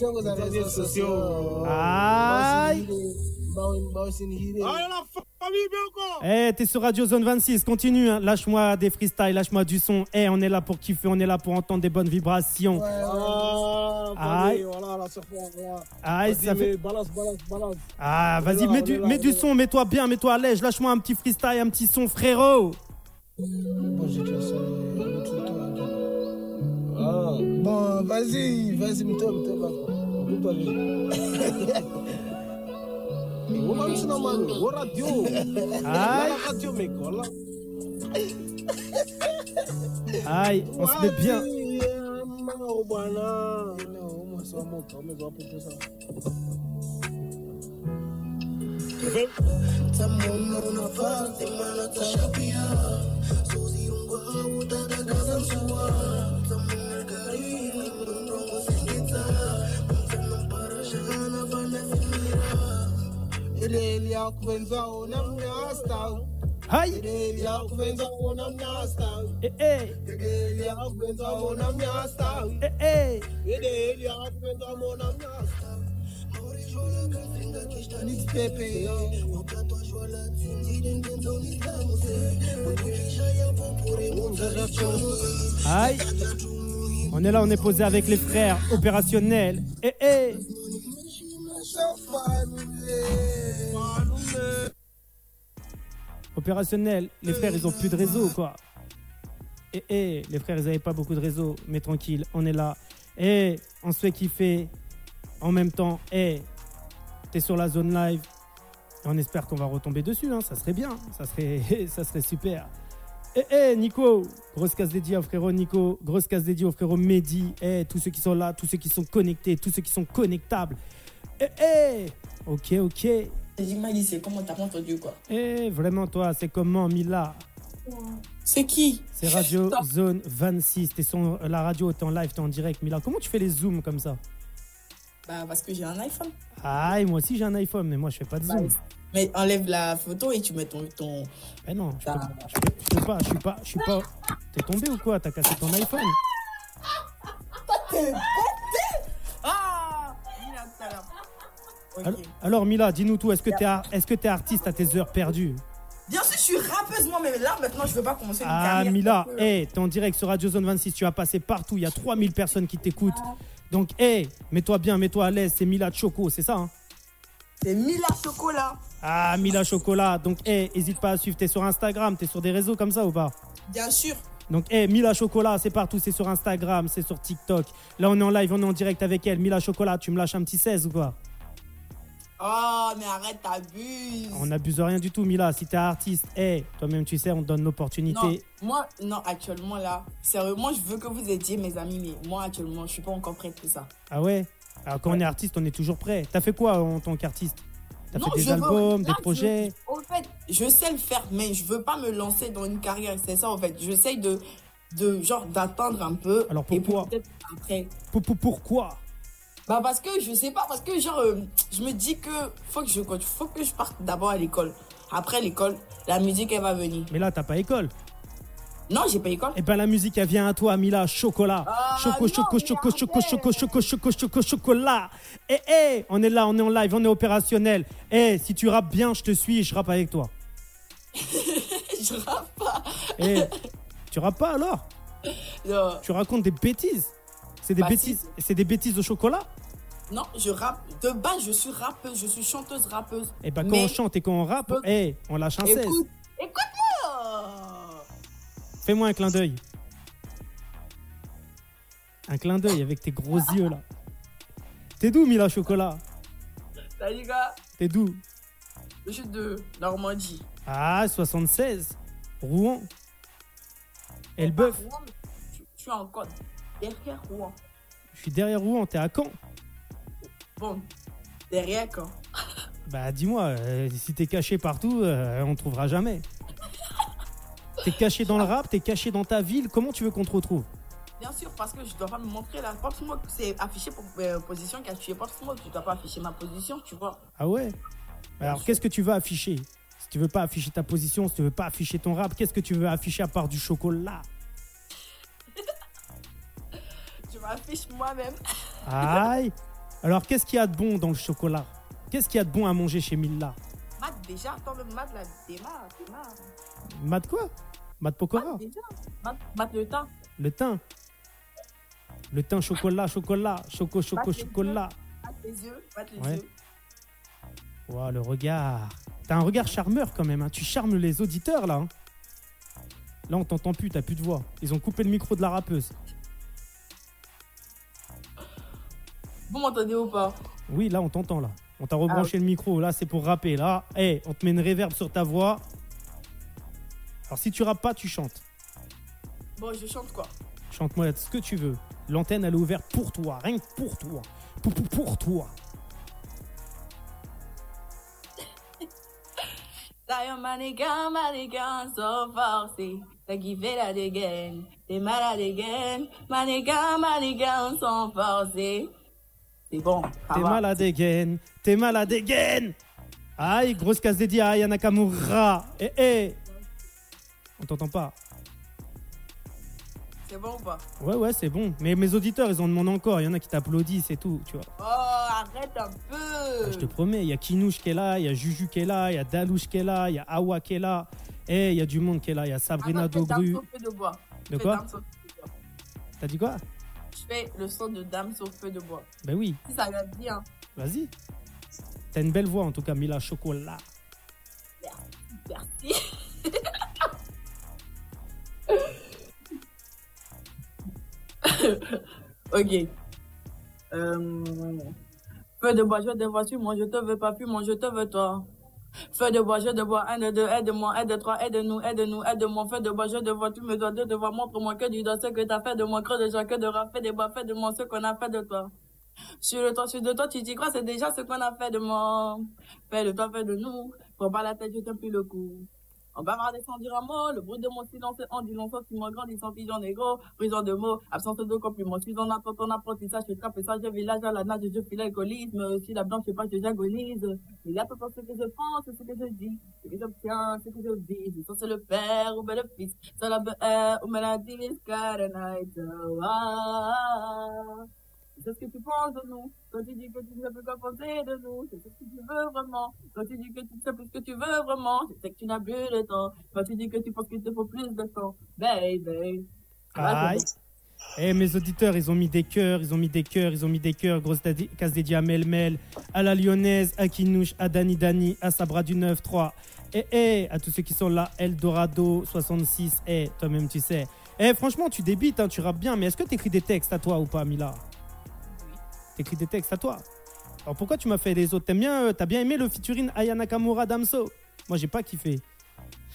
Speaker 1: Tongo za rezo sosio
Speaker 2: aïe.
Speaker 1: Mawe mbao sinihire
Speaker 2: Eh, t'es sur Radio Zone 26, continue. hein. Lâche-moi des freestyles, lâche-moi du son. Eh, on est là pour kiffer, on est là pour entendre des bonnes vibrations.
Speaker 1: Ah,
Speaker 2: Aïe.
Speaker 1: voilà, la surprise. voilà.
Speaker 2: Aïe,
Speaker 1: Vas-y,
Speaker 2: ça fait-
Speaker 1: mais Balance, balance, balance.
Speaker 2: Ah,
Speaker 1: On est
Speaker 2: vas-y,
Speaker 1: là,
Speaker 2: mets
Speaker 1: on est
Speaker 2: du,
Speaker 1: là,
Speaker 2: mets
Speaker 1: on
Speaker 2: du
Speaker 1: est là.
Speaker 2: son, mets-toi bien, mets-toi à l'aise. Lâche-moi un petit freestyle, un petit son, frérot.
Speaker 1: Ah. Bon, vas-y, vas-y, mtoe, mtoe bako. Mtoe leo. Woman sina mani, wo radio.
Speaker 2: Aïe.
Speaker 1: Wala radio mec, wala.
Speaker 2: Aïe, on se met bien.
Speaker 1: Wapi, eh, mama wa bwana. Leo, umo sawa moto, umezo hapo tu sawa. Ile ile ya kuwenzao namna hasta.
Speaker 2: Hai.
Speaker 1: Ile ile ya kuwenzao namna hasta.
Speaker 2: Eh eh.
Speaker 1: Ile ile ya kuwenzao namna hasta.
Speaker 2: Eh eh.
Speaker 1: Ile ile ya kuwenzao namna hasta.
Speaker 2: Aïe. On est là, on est posé avec les frères opérationnels. Eh eh. Opérationnels, les frères, ils ont plus de réseau, quoi. Eh eh, les frères, ils n'avaient pas beaucoup de réseau, mais tranquille, on est là. Eh, on se fait kiffer. En même temps, eh, t'es sur la zone live. Et on espère qu'on va retomber dessus, hein, ça serait bien, ça serait, ça serait super. Eh eh, Nico, grosse case dédiée au frérot Nico, grosse case dédiée au frérot Mehdi, eh, tous ceux qui sont là, tous ceux qui sont connectés, tous ceux qui sont connectables. Eh eh, ok, ok.
Speaker 12: Maggie, c'est comment t'as pas entendu quoi
Speaker 2: Eh, vraiment, toi, c'est comment, Mila
Speaker 12: C'est qui
Speaker 2: C'est Radio Zone 26. T'es sur la radio, t'es en live, t'es en direct. Mila, comment tu fais les zooms comme ça
Speaker 12: Bah parce que j'ai un iPhone.
Speaker 2: Aïe, moi aussi j'ai un iPhone, mais moi je fais pas de
Speaker 12: Bah,
Speaker 2: zoom.
Speaker 12: mais enlève la photo et tu mets ton. ton...
Speaker 2: Mais Eh non, je peux, je peux- je peux pas, je suis pas, je suis pas. T'es tombé ou quoi T'as cassé ton iPhone
Speaker 12: Ah Il a tout à l'heure.
Speaker 2: Alors, alors, Mila, dis-nous tout. Est-ce que t'es, ar- est-ce que t'es artiste à tes heures perdues
Speaker 12: Bien sûr, je suis rappeuse moi, mais là maintenant je veux pas commencer une
Speaker 2: Ah,
Speaker 12: carrière. Euh,
Speaker 2: Mila,
Speaker 12: parce que-
Speaker 2: hey, t'es en direct sur Radio Zone 26, tu as passé partout, il y a 3000 personnes qui t'écoutent. Donc, hey, mets-toi bien, mets-toi à l'aise, c'est Mila Choco, c'est ça hein
Speaker 12: C'est Mila Chocolat.
Speaker 2: Ah, Mila Chocolat. Donc, hey, hésite pas à suivre, t'es sur Instagram, t'es sur des réseaux comme ça ou pas
Speaker 12: Bien sûr.
Speaker 2: Donc, eh Mila Chocolat, c'est partout, c'est sur Instagram, c'est sur TikTok. Là, on est en live, on est en direct avec elle. Mila Chocolat, tu me lâches un petit 16 ou quoi
Speaker 12: Oh mais arrête, t'abuses.
Speaker 2: On n'abuse rien du tout, Mila. Si t'es artiste, eh toi-même, tu sais, on te donne
Speaker 12: Non,
Speaker 2: l'opportunité.
Speaker 12: moi, non, actuellement là, sérieux, moi je veux que vous aidiez mes amis, mais moi actuellement je suis pas encore prête pour ça.
Speaker 2: Ah ouais Alors, quand on est artiste, on est toujours prêt. T'as fait quoi en tant qu'artiste T'as
Speaker 12: Non,
Speaker 2: fait des
Speaker 12: je veux-
Speaker 2: albums,
Speaker 12: là,
Speaker 2: des
Speaker 12: je-
Speaker 2: projets
Speaker 12: en fait, je sais le faire, mais je veux pas me lancer dans une carrière. C'est ça, en fait. J'essaye de, de genre d'attendre un peu.
Speaker 2: Alors
Speaker 12: et
Speaker 2: pourquoi
Speaker 12: puis peut-être après.
Speaker 2: Pou- pou- Pourquoi
Speaker 12: Bah parce que je sais pas, parce que genre euh, je me dis que faut que je coach, faut que je parte d'abord à l'école. Après l'école, la musique elle va venir.
Speaker 2: Mais là, t'as pas école.
Speaker 12: Non, j'ai pas école.
Speaker 2: Eh ben, la musique, elle vient à toi, Mila Chocolat.
Speaker 12: Ah,
Speaker 2: choco,
Speaker 12: non,
Speaker 2: choco,
Speaker 12: mais
Speaker 2: choco, choco, choco, choco, choco, choco, chocolat. Eh, eh, on est là, on est en live, on est opérationnel. Eh, si tu rappes bien, je te suis et je rappe avec toi.
Speaker 12: je rappe pas.
Speaker 2: Eh, tu rappes pas alors
Speaker 12: Non,
Speaker 2: Tu racontes des bêtises. C'est des
Speaker 12: Bah,
Speaker 2: bêtises, c'est des bêtises au chocolat.
Speaker 12: non, je rappe. De base, je suis rappeuse, je suis chanteuse rappeuse.
Speaker 2: Eh ben, quand
Speaker 12: Mais
Speaker 2: on chante et quand on rappe,
Speaker 12: Peu-
Speaker 2: eh, on lâche un 16.
Speaker 12: écoute, écoute-moi.
Speaker 2: Fais-moi un clin d'œil. Un clin d'œil avec tes gros yeux là. T'es d'où, Mila Chocolat
Speaker 12: Salut gars,
Speaker 2: T'es d'où
Speaker 12: je suis de Normandie.
Speaker 2: Ah, 76. Rouen. Elbeuf.
Speaker 12: Rouen, tu, tu es encore derrière Rouen.
Speaker 2: Je suis derrière Rouen, t'es à Caen.
Speaker 12: Bon, derrière quand
Speaker 2: Bah dis-moi, euh, si t'es caché partout, euh, on te trouvera jamais. T'es caché dans le rap, t'es caché dans ta ville, comment tu veux qu'on te retrouve
Speaker 12: Bien sûr, parce que je dois pas me montrer la porte smoke. C'est affiché pour euh, position qui a tué porte smoke. Tu dois pas afficher ma position, tu vois.
Speaker 2: Ah ouais Alors qu'est-ce que tu veux afficher Si tu veux pas afficher ta position, si tu veux pas afficher ton rap, qu'est-ce que tu veux afficher à part du chocolat
Speaker 12: Je m'affiche moi-même.
Speaker 2: Aïe Alors qu'est-ce qu'il y a de bon dans le chocolat Qu'est-ce qu'il y a de bon à manger chez Mila
Speaker 12: Math déjà, attends le mat là, démarre, démarre.
Speaker 2: Mat quoi Mat Pokora
Speaker 12: Math déjà, Math, math le temps.
Speaker 2: Le teint. Le teint chocolat, chocolat, choco, choco, chocolat.
Speaker 12: Math les yeux, math les
Speaker 2: Ouais.
Speaker 12: yeux.
Speaker 2: Ouah, le regard. T'as un regard charmeur quand même. hein. Tu charmes les auditeurs là. hein. Là, on t'entend plus, t'as plus de voix. Ils ont coupé le micro de la rappeuse.
Speaker 12: Vous m'entendez ou pas Ah,
Speaker 2: Oui, là, on t'entend là. On t'a rebranché le micro. Là, c'est pour rapper. Là, hey, on te met une réverb sur ta voix. Alors, si tu rappes pas, tu chantes.
Speaker 12: Bon, je chante quoi
Speaker 2: Chante-moi ce que tu veux. L'antenne, elle est ouverte pour toi, rien que pour toi. Pour, pour, pour toi.
Speaker 12: Lion manigan, manigan, so forcé. T'as givé la dégaine, t'es malade again. Manigan, manigan, sont forcés. eh. C'est bon.
Speaker 2: T'es malade again. T'es malade again. Aïe, grosse case dédiée à Aya Nakamura. Eh, eh. On t'entend pas.
Speaker 12: C'est bon ou pas
Speaker 2: Ouais, ouais, c'est bon. Mais mes auditeurs, ils en demandent encore. Il y en a qui t'applaudissent et tout, tu vois.
Speaker 12: Oh, arrête un peu.
Speaker 2: Ah, Je te promets, il y a Kinouche qui est là, il y a Juju qui est là, il y a Dalouche qui est là, il y a Awa qui est là. Eh, il y a du monde qui est là. Il y a Sabrina
Speaker 12: Attends, Ah, je bah, fais Dame sur feu
Speaker 2: Dogru.
Speaker 12: de bois. Je
Speaker 2: De
Speaker 12: fais
Speaker 2: quoi
Speaker 12: Dame sur feu de bois.
Speaker 2: T'as dit quoi
Speaker 12: Je fais le son de Dame sur feu de bois.
Speaker 2: Ben oui,
Speaker 12: Si ça va bien.
Speaker 2: vas-y. T'as une belle voix en tout cas, Mila Chocolat.
Speaker 12: Merci. ok. Euh, Feu de bois, je te vois sur moi, je te veux pas plus, moi je te veux toi. Feu de bois, je te vois, un de deux, aide-moi, aide-toi, aide-nous, aide-nous, aide-moi. Feu de bois, je te vois, tu me dois, deux de voir, montre-moi que du doigt ce que t'as fait de moi, creux de joie, que de rap, fais des bois, fais de moi ce qu'on a fait de toi. Sur le toit, sur de toi, tu t'y crois, c'est déjà ce qu'on a fait de moi. Fais de toi, fais de nous. Prends pas la tête, je t'aime plus le coup. On va voir descendre un mot, le bruit de mon silence est ondulant, sauf qu'il m'en grandit sans pigeon négro, brisant de mots, absence de compliments, suis en attente, en apprentissage, je trappe ça, je village à la nage, je file l'alcoolisme, si la blanche, je sais pas, je j'agonise, mais là, peu importe ce que je pense, ce que je dis, ce que j'obtiens, ce que je vise, ça c'est le père ou bien le fils, ça la BR ou bien la divise, car Oh, c'est ce que tu penses de nous. Quand tu dis que tu ne sais plus quoi penser de nous, c'est ce que tu veux vraiment. Quand tu dis que tu ne sais plus ce que tu veux vraiment, je sais que tu n'as plus le temps. Quand tu dis que tu penses qu'il te faut plus de temps, baby. Ah,
Speaker 2: Aïe.
Speaker 12: c'est bon.
Speaker 2: Eh, mes auditeurs, ils ont mis des cœurs, ils ont mis des cœurs, ils ont mis des cœurs. Grosse dédi- casse dédiée à Melmel, à la Lyonnaise, à Kinouche, à Dani Dani, à Sabra du 9-3. Eh, eh, à tous ceux qui sont là, Eldorado 66. Eh, toi-même, tu sais. Eh, franchement, tu débites, hein, tu rappes bien, mais est-ce que t'écris des textes à toi ou pas, Mila T'écris des textes à toi. Alors pourquoi tu m'as fait les autres T'aimes bien, euh, t'as bien aimé le featuring Aya Nakamura Damso Moi, j'ai pas kiffé.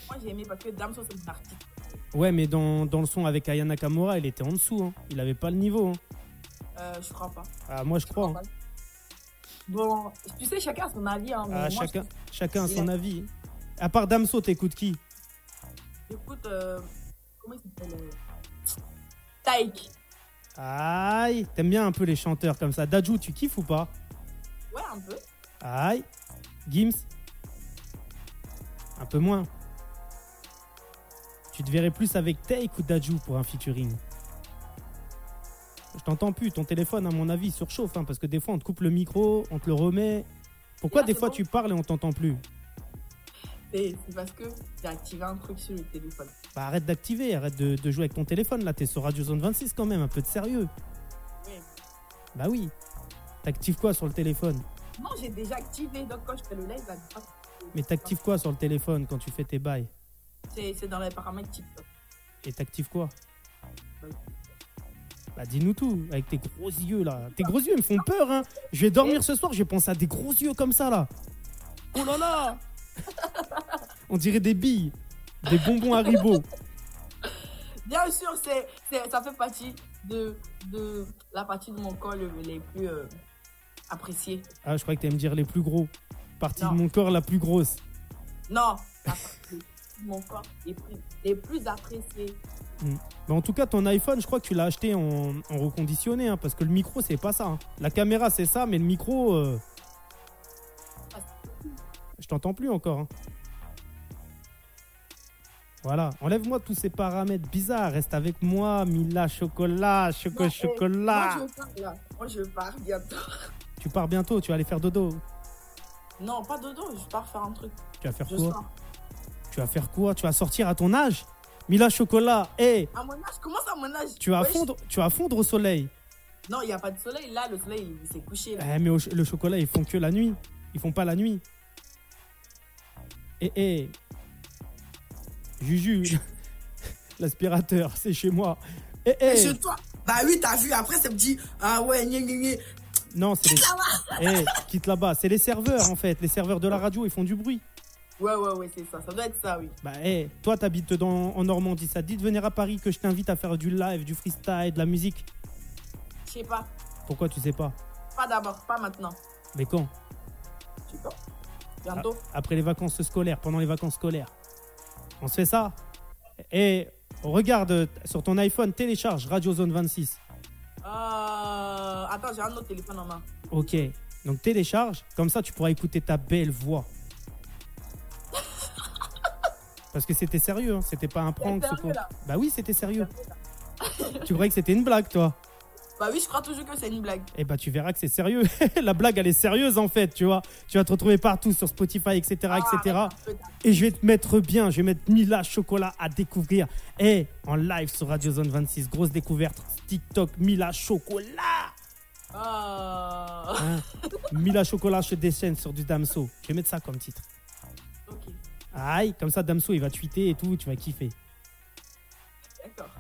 Speaker 12: Moi j'ai aimé parce que Damso c'est une partie.
Speaker 2: Ouais, mais dans, dans le son avec Aya Nakamura, il était en dessous. hein. Il avait pas le niveau. hein.
Speaker 12: Euh, je crois pas.
Speaker 2: Ah, moi, je crois. hein.
Speaker 12: Bon, tu sais, chacun a son avis. Hein, mais
Speaker 2: Ah,
Speaker 12: moi,
Speaker 2: chacun, chacun a son avis. À part Damso, t'écoutes qui
Speaker 12: Écoute, euh, comment il s'appelle euh, Taïk.
Speaker 2: Aïe, t'aimes bien un peu les chanteurs comme ça. Dajou, tu kiffes ou pas
Speaker 12: Ouais, un peu.
Speaker 2: Aïe. Gims Un peu moins. Tu te verrais plus avec Take ou Dajou pour un featuring Je t'entends plus, ton téléphone à mon avis surchauffe hein, parce que des fois on te coupe le micro, on te le remet. Pourquoi des fois tu parles et on t'entend plus
Speaker 12: C'est c'est parce que j'ai activé un truc sur le téléphone.
Speaker 2: Bah arrête d'activer, arrête de, de jouer avec ton téléphone là, t'es sur Radio Zone 26 quand même, un peu de sérieux.
Speaker 12: Oui.
Speaker 2: Bah oui. T'actives quoi sur le téléphone
Speaker 12: Non, j'ai déjà activé, donc quand je fais le live, là, je vois que
Speaker 2: Mais t'actives quoi sur le téléphone quand tu fais tes bails
Speaker 12: c'est c'est dans les paramètres TikTok.
Speaker 2: Et t'actives quoi Bah dis-nous tout, avec tes gros yeux là. Tes gros yeux ils me font peur hein. Je vais dormir ce soir, j'ai pensé à des gros yeux comme ça là. Oh là là On dirait des billes, des bonbons Haribo.
Speaker 12: Bien sûr, c'est c'est- ça fait partie de, de la partie de mon corps le- les plus euh, appréciées.
Speaker 2: Ah je croyais que t'allais me dire les plus gros. Partie de mon corps la plus grosse.
Speaker 12: Non, la partie de mon corps les plus, les plus appréciées.
Speaker 2: Mm. Mais en tout cas, ton iPhone, je crois que tu l'as acheté en, en reconditionné, hein, parce que le micro, c'est pas ça. hein. La caméra, c'est ça, mais le micro, euh, je t'entends plus encore. hein. Voilà, enlève-moi tous ces paramètres bizarres. Reste avec moi, Mila Chocolat, Choco
Speaker 12: Non, eh,
Speaker 2: Chocolat.
Speaker 12: Moi, je pars là. Moi, je pars bientôt.
Speaker 2: Tu pars bientôt, tu vas aller faire dodo.
Speaker 12: Non, pas dodo, je pars faire un truc.
Speaker 2: Tu vas faire
Speaker 12: Je
Speaker 2: quoi
Speaker 12: sors.
Speaker 2: Tu vas faire quoi Tu vas sortir à ton âge Mila Chocolat, hé
Speaker 12: À mon âge, comment ça, à mon âge
Speaker 2: tu, vas
Speaker 12: Wesh.
Speaker 2: fondre, tu vas fondre au soleil.
Speaker 12: Non, il n'y a pas de soleil. Là, le soleil, il s'est couché. Là.
Speaker 2: Eh, mais au ch- le chocolat, ils font que la nuit. Ils font pas la nuit. Eh, eh. Juju, l'aspirateur, c'est chez moi. Eh, eh.
Speaker 13: Et chez toi Bah oui, t'as vu, après, ça me dit, ah ouais, gna gna gna.
Speaker 2: Non, c'est les... Eh, quitte là-bas. C'est les serveurs, en fait. Les serveurs de la radio, ils font du bruit.
Speaker 12: Ouais, ouais, ouais, c'est ça. Ça doit être ça, oui.
Speaker 2: Bah, eh, toi, t'habites dans- en Normandie. Ça te dit de venir à Paris que je t'invite à faire du live, du freestyle, de la musique.
Speaker 12: Je sais pas.
Speaker 2: Pourquoi tu sais pas
Speaker 12: Pas d'abord, pas maintenant.
Speaker 2: Mais quand
Speaker 12: Bientôt.
Speaker 2: A- Après les vacances scolaires, pendant les vacances scolaires. On se fait ça Et regarde euh, sur ton iPhone, télécharge Radio Zone 26.
Speaker 12: Euh, Attends, j'ai un autre téléphone en main.
Speaker 2: Ok, donc télécharge, comme ça tu pourras écouter ta belle voix. Parce que c'était sérieux, hein, c'était pas un prank.
Speaker 12: sérieux,
Speaker 2: c'est quoi.
Speaker 12: là.
Speaker 2: Bah oui, c'était sérieux. tu croyais que c'était une blague, toi
Speaker 12: Bah oui, je crois toujours que c'est une blague.
Speaker 2: Eh bah tu verras que c'est sérieux. La blague, elle est sérieuse en fait, tu vois. Tu vas te retrouver partout sur Spotify, etc., etc.
Speaker 5: Ah,
Speaker 2: Et je vais te mettre bien. Je vais mettre Mila Chocolat à découvrir. Et en live sur Radio Zone 26, grosse découverte. TikTok Mila Chocolat.
Speaker 12: Ah.
Speaker 2: Hein. Mila Chocolat se déchaîne sur du Damso. Je vais mettre ça comme titre. Aïe, comme ça Damso il va tweeter et tout, tu vas kiffer.
Speaker 12: D'accord.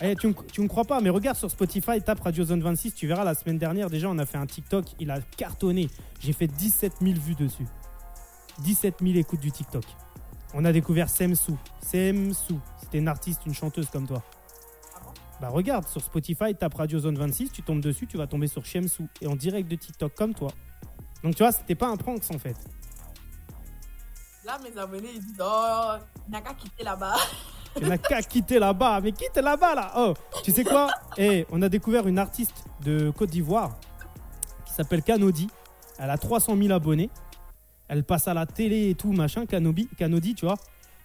Speaker 2: Eh, tu, me- tu me crois pas, mais regarde sur Spotify, tape Radio Zone 26, tu verras la semaine dernière déjà on a fait un TikTok, il a cartonné. J'ai fait 17 000 vues dessus. 17 000 écoutes du TikTok. On a découvert Semsou. Semsou, c'était une artiste, une chanteuse comme toi. Bah regarde, sur Spotify, tape Radio Zone 26, tu tombes dessus, tu vas tomber sur Shemsou et en direct de TikTok comme toi. Donc tu vois, c'était pas un prank en fait.
Speaker 12: Là, mes abonnés, ils disent Oh, il n'a qu'à quitter là-bas.
Speaker 2: Tu n'as qu'à quitter là-bas, mais quitte là-bas là. Oh, tu sais quoi Eh, on a découvert une artiste de Côte d'Ivoire qui s'appelle Canody. Elle a 300 000 abonnés. Elle passe à la télé et tout machin, Canobi, Canody, tu vois.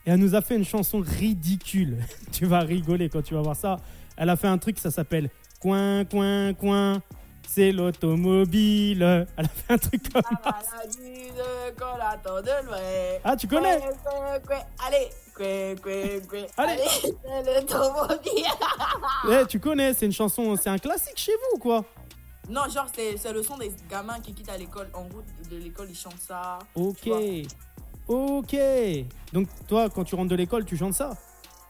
Speaker 2: Et elle nous a fait une chanson ridicule. tu vas rigoler quand tu vas voir ça. Elle a fait un truc, ça s'appelle Coin, coin, coin. C'est l'automobile. Elle a fait un truc comme ça.
Speaker 12: La nuit de Colatan de Loire.
Speaker 2: Ah, tu connais
Speaker 12: Ouais, ouais, ouais. Allez, ouais, ouais, ouais.
Speaker 2: Allez.
Speaker 12: c'est le tomobile.
Speaker 2: Eh, tu connais, c'est une chanson, c'est un classique chez vous, quoi.
Speaker 12: Non, genre, c'est c'est le son des gamins qui quittent à l'école. En route de l'école, ils chantent ça.
Speaker 2: Ok. Ok. Donc toi, quand tu rentres de l'école, tu chantes ça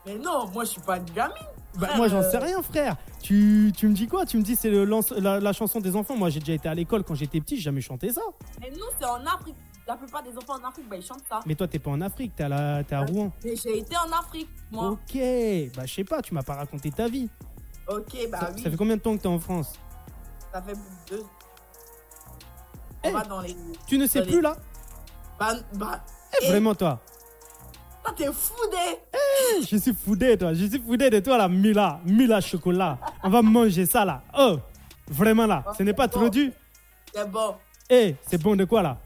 Speaker 12: Mais non, moi, je suis pas une gamine.
Speaker 2: Bah
Speaker 12: frère,
Speaker 2: moi j'en
Speaker 12: euh,
Speaker 2: sais rien frère. Tu, tu me dis quoi Tu me dis c'est le lance- la, la chanson des enfants. Moi j'ai déjà été à l'école quand j'étais petit, j'ai jamais chanté ça.
Speaker 12: Mais nous, c'est en Afrique. La plupart des enfants en Afrique, bah, ils chantent ça.
Speaker 2: Mais toi t'es pas en Afrique, t'es à, la- t'es à Rouen.
Speaker 12: Mais j'ai été en Afrique, moi.
Speaker 2: Ok. Bah je sais pas, tu m'as pas raconté ta vie.
Speaker 12: Ok, bah
Speaker 2: ça,
Speaker 12: oui.
Speaker 2: ça fait combien de temps que t'es en France
Speaker 12: Ça fait deux. On va dans les.
Speaker 2: Tu ne sais
Speaker 12: dans les-
Speaker 2: plus là
Speaker 12: Bah, bah.
Speaker 2: Eh, Vraiment toi
Speaker 12: Toi, t'es fou, des.
Speaker 2: Eh, Je suis foudé toi, je suis foudé de toi là, Mila, Mila chocolat. On va manger ça là. Oh, vraiment là, ce n'est pas trop dur.
Speaker 12: C'est bon.
Speaker 2: Eh, c'est bon de quoi là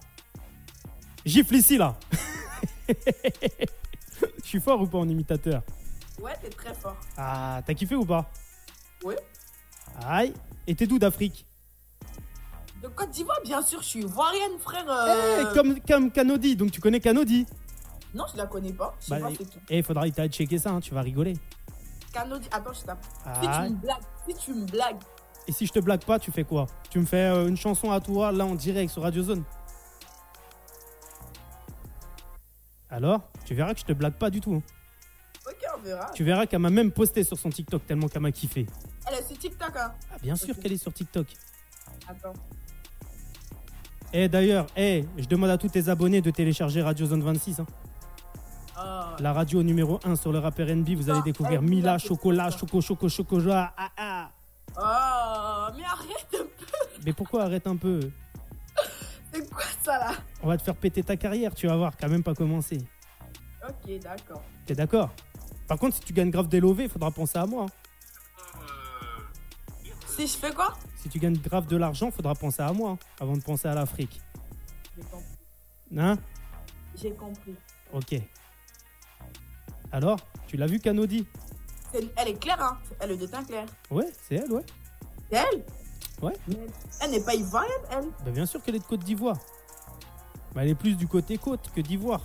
Speaker 2: Gifle ici là. Je suis fort ou pas en imitateur
Speaker 12: Ouais, t'es très fort.
Speaker 2: Ah, t'as kiffé ou pas
Speaker 12: Ouais.
Speaker 2: Aïe. Et t'es d'où d'Afrique
Speaker 12: De Côte d'Ivoire, bien sûr, je suis ivoirienne, frère.
Speaker 2: Eh,
Speaker 12: euh,
Speaker 2: comme, comme Canody, donc tu connais Canody
Speaker 12: Non, je la connais pas. Je sais pas, c'est qui.
Speaker 2: Eh, faudra il t'a checker ça, hein, tu vas rigoler.
Speaker 12: Canody. Attends, je tape. Si
Speaker 2: Ah.
Speaker 12: tu me blagues, si tu me blagues.
Speaker 2: Et si je te blague pas, tu fais quoi Tu me fais euh, une chanson à toi là en direct sur Radio Zone Alors, tu verras que je te blague pas du tout. hein.
Speaker 12: Ok, on verra.
Speaker 2: Tu verras qu'elle m'a même posté sur son TikTok tellement qu'elle m'a kiffé.
Speaker 12: Elle est sur TikTok, hein.
Speaker 2: Ah, bien sûr qu'elle est sur TikTok.
Speaker 12: Attends.
Speaker 2: Eh d'ailleurs, eh, je demande à tous tes abonnés de télécharger Radio Zone 26. hein.
Speaker 12: Oh,
Speaker 2: La radio numéro 1 sur le rap RNB, vous allez découvrir Mila, Chocolat, Choco, Choco, Chocolat. Ah, ah.
Speaker 12: Oh, mais arrête.
Speaker 2: Mais pourquoi arrête un peu
Speaker 12: C'est quoi ça, là
Speaker 2: On va te faire péter ta carrière, tu vas voir, quand même pas commencé.
Speaker 12: Ok, d'accord.
Speaker 2: T'es d'accord Par contre, si tu gagnes grave des lovés, faudra penser à moi. hein.
Speaker 12: Si je fais quoi
Speaker 2: Si tu gagnes grave de l'argent, faudra penser à moi hein, avant de penser à l'Afrique.
Speaker 12: J'ai compris.
Speaker 2: Hein
Speaker 12: J'ai compris.
Speaker 2: Ok. Alors, tu l'as vu, Canody
Speaker 12: C'est- Elle est claire, hein. Elle est de teint clair.
Speaker 2: Ouais, c'est elle, ouais.
Speaker 12: C'est elle
Speaker 2: Ouais.
Speaker 12: Elle n'est pas ivoirienne, elle
Speaker 2: Bah, bien sûr qu'elle est de Côte d'Ivoire. Bah, elle est plus du côté côte que d'ivoire.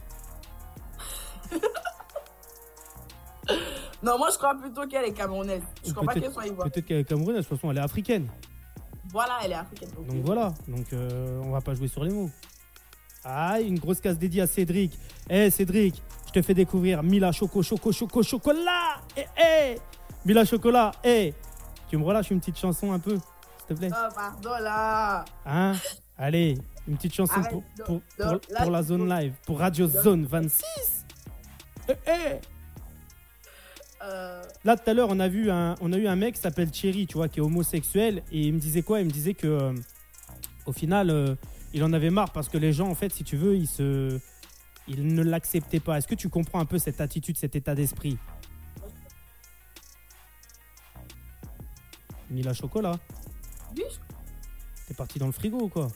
Speaker 12: Non, moi je crois plutôt qu'elle est camerounaise. Je crois pas qu'elle
Speaker 2: Peut-être
Speaker 12: soit ivoirienne.
Speaker 2: peut-être qu'elle est camerounaise, de toute façon, elle est africaine.
Speaker 12: Voilà, elle est africaine. ok.
Speaker 2: Donc voilà, donc euh, on va pas jouer sur les mots. Ah, une grosse case dédiée à Cédric. Eh Cédric, je te fais découvrir Mila Choco Choco Choco Chocolat. Eh eh Mila Chocolat, eh Tu me relâches une petite chanson un peu, s'il te plaît
Speaker 12: Oh, pardon là.
Speaker 2: Hein Allez, une petite chanson
Speaker 12: Arrête,
Speaker 2: pour,
Speaker 12: non,
Speaker 2: pour-
Speaker 12: non,
Speaker 2: pour-
Speaker 12: là,
Speaker 2: pour la zone live, pour Radio
Speaker 12: non.
Speaker 2: Zone 26. Eh, eh. Là, tout à l'heure, on, a vu un- on a eu un mec qui s'appelle Thierry, tu vois, qui est homosexuel. Et il me disait quoi Il me disait que, euh, au final, euh, il en avait marre parce que les gens, en fait, si tu veux, ils, se... ils ne l'acceptaient pas. Est-ce que tu comprends un peu cette attitude, cet état d'esprit Mila Chocolat,
Speaker 12: Oui,
Speaker 2: t'es parti dans le frigo ou quoi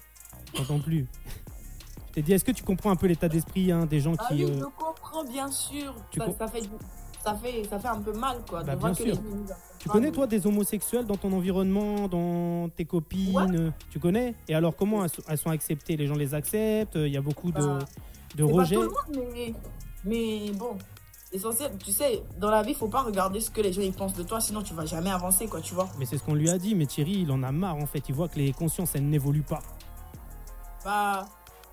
Speaker 2: Je t'entends plus. Je t'ai dit, est-ce que tu comprends un peu l'état d'esprit hein, des gens
Speaker 12: Ah
Speaker 2: qui.
Speaker 12: oui,
Speaker 2: euh,
Speaker 12: je comprends bien sûr.
Speaker 2: Tu
Speaker 12: ça,
Speaker 2: com-
Speaker 12: ça fait, ça, fait, ça fait un peu mal quoi.
Speaker 2: Bah,
Speaker 12: de voir
Speaker 2: bien
Speaker 12: que
Speaker 2: sûr.
Speaker 12: les gens-
Speaker 2: Tu connais toi des homosexuels dans ton environnement, dans tes copines Tu connais Et alors comment elles sont, elles sont acceptées Les gens les acceptent Il y a beaucoup de,
Speaker 12: Bah,
Speaker 2: de
Speaker 12: C'est pas
Speaker 2: rejet
Speaker 12: tout le monde, mais, mais bon, l'essentiel, tu sais, dans la vie, faut pas regarder ce que les gens ils pensent de toi, sinon tu vas jamais avancer, quoi, tu vois.
Speaker 2: Mais c'est ce qu'on lui a dit, mais Thierry il en a marre en fait, il voit que les consciences elles n'évoluent pas.
Speaker 12: Bah,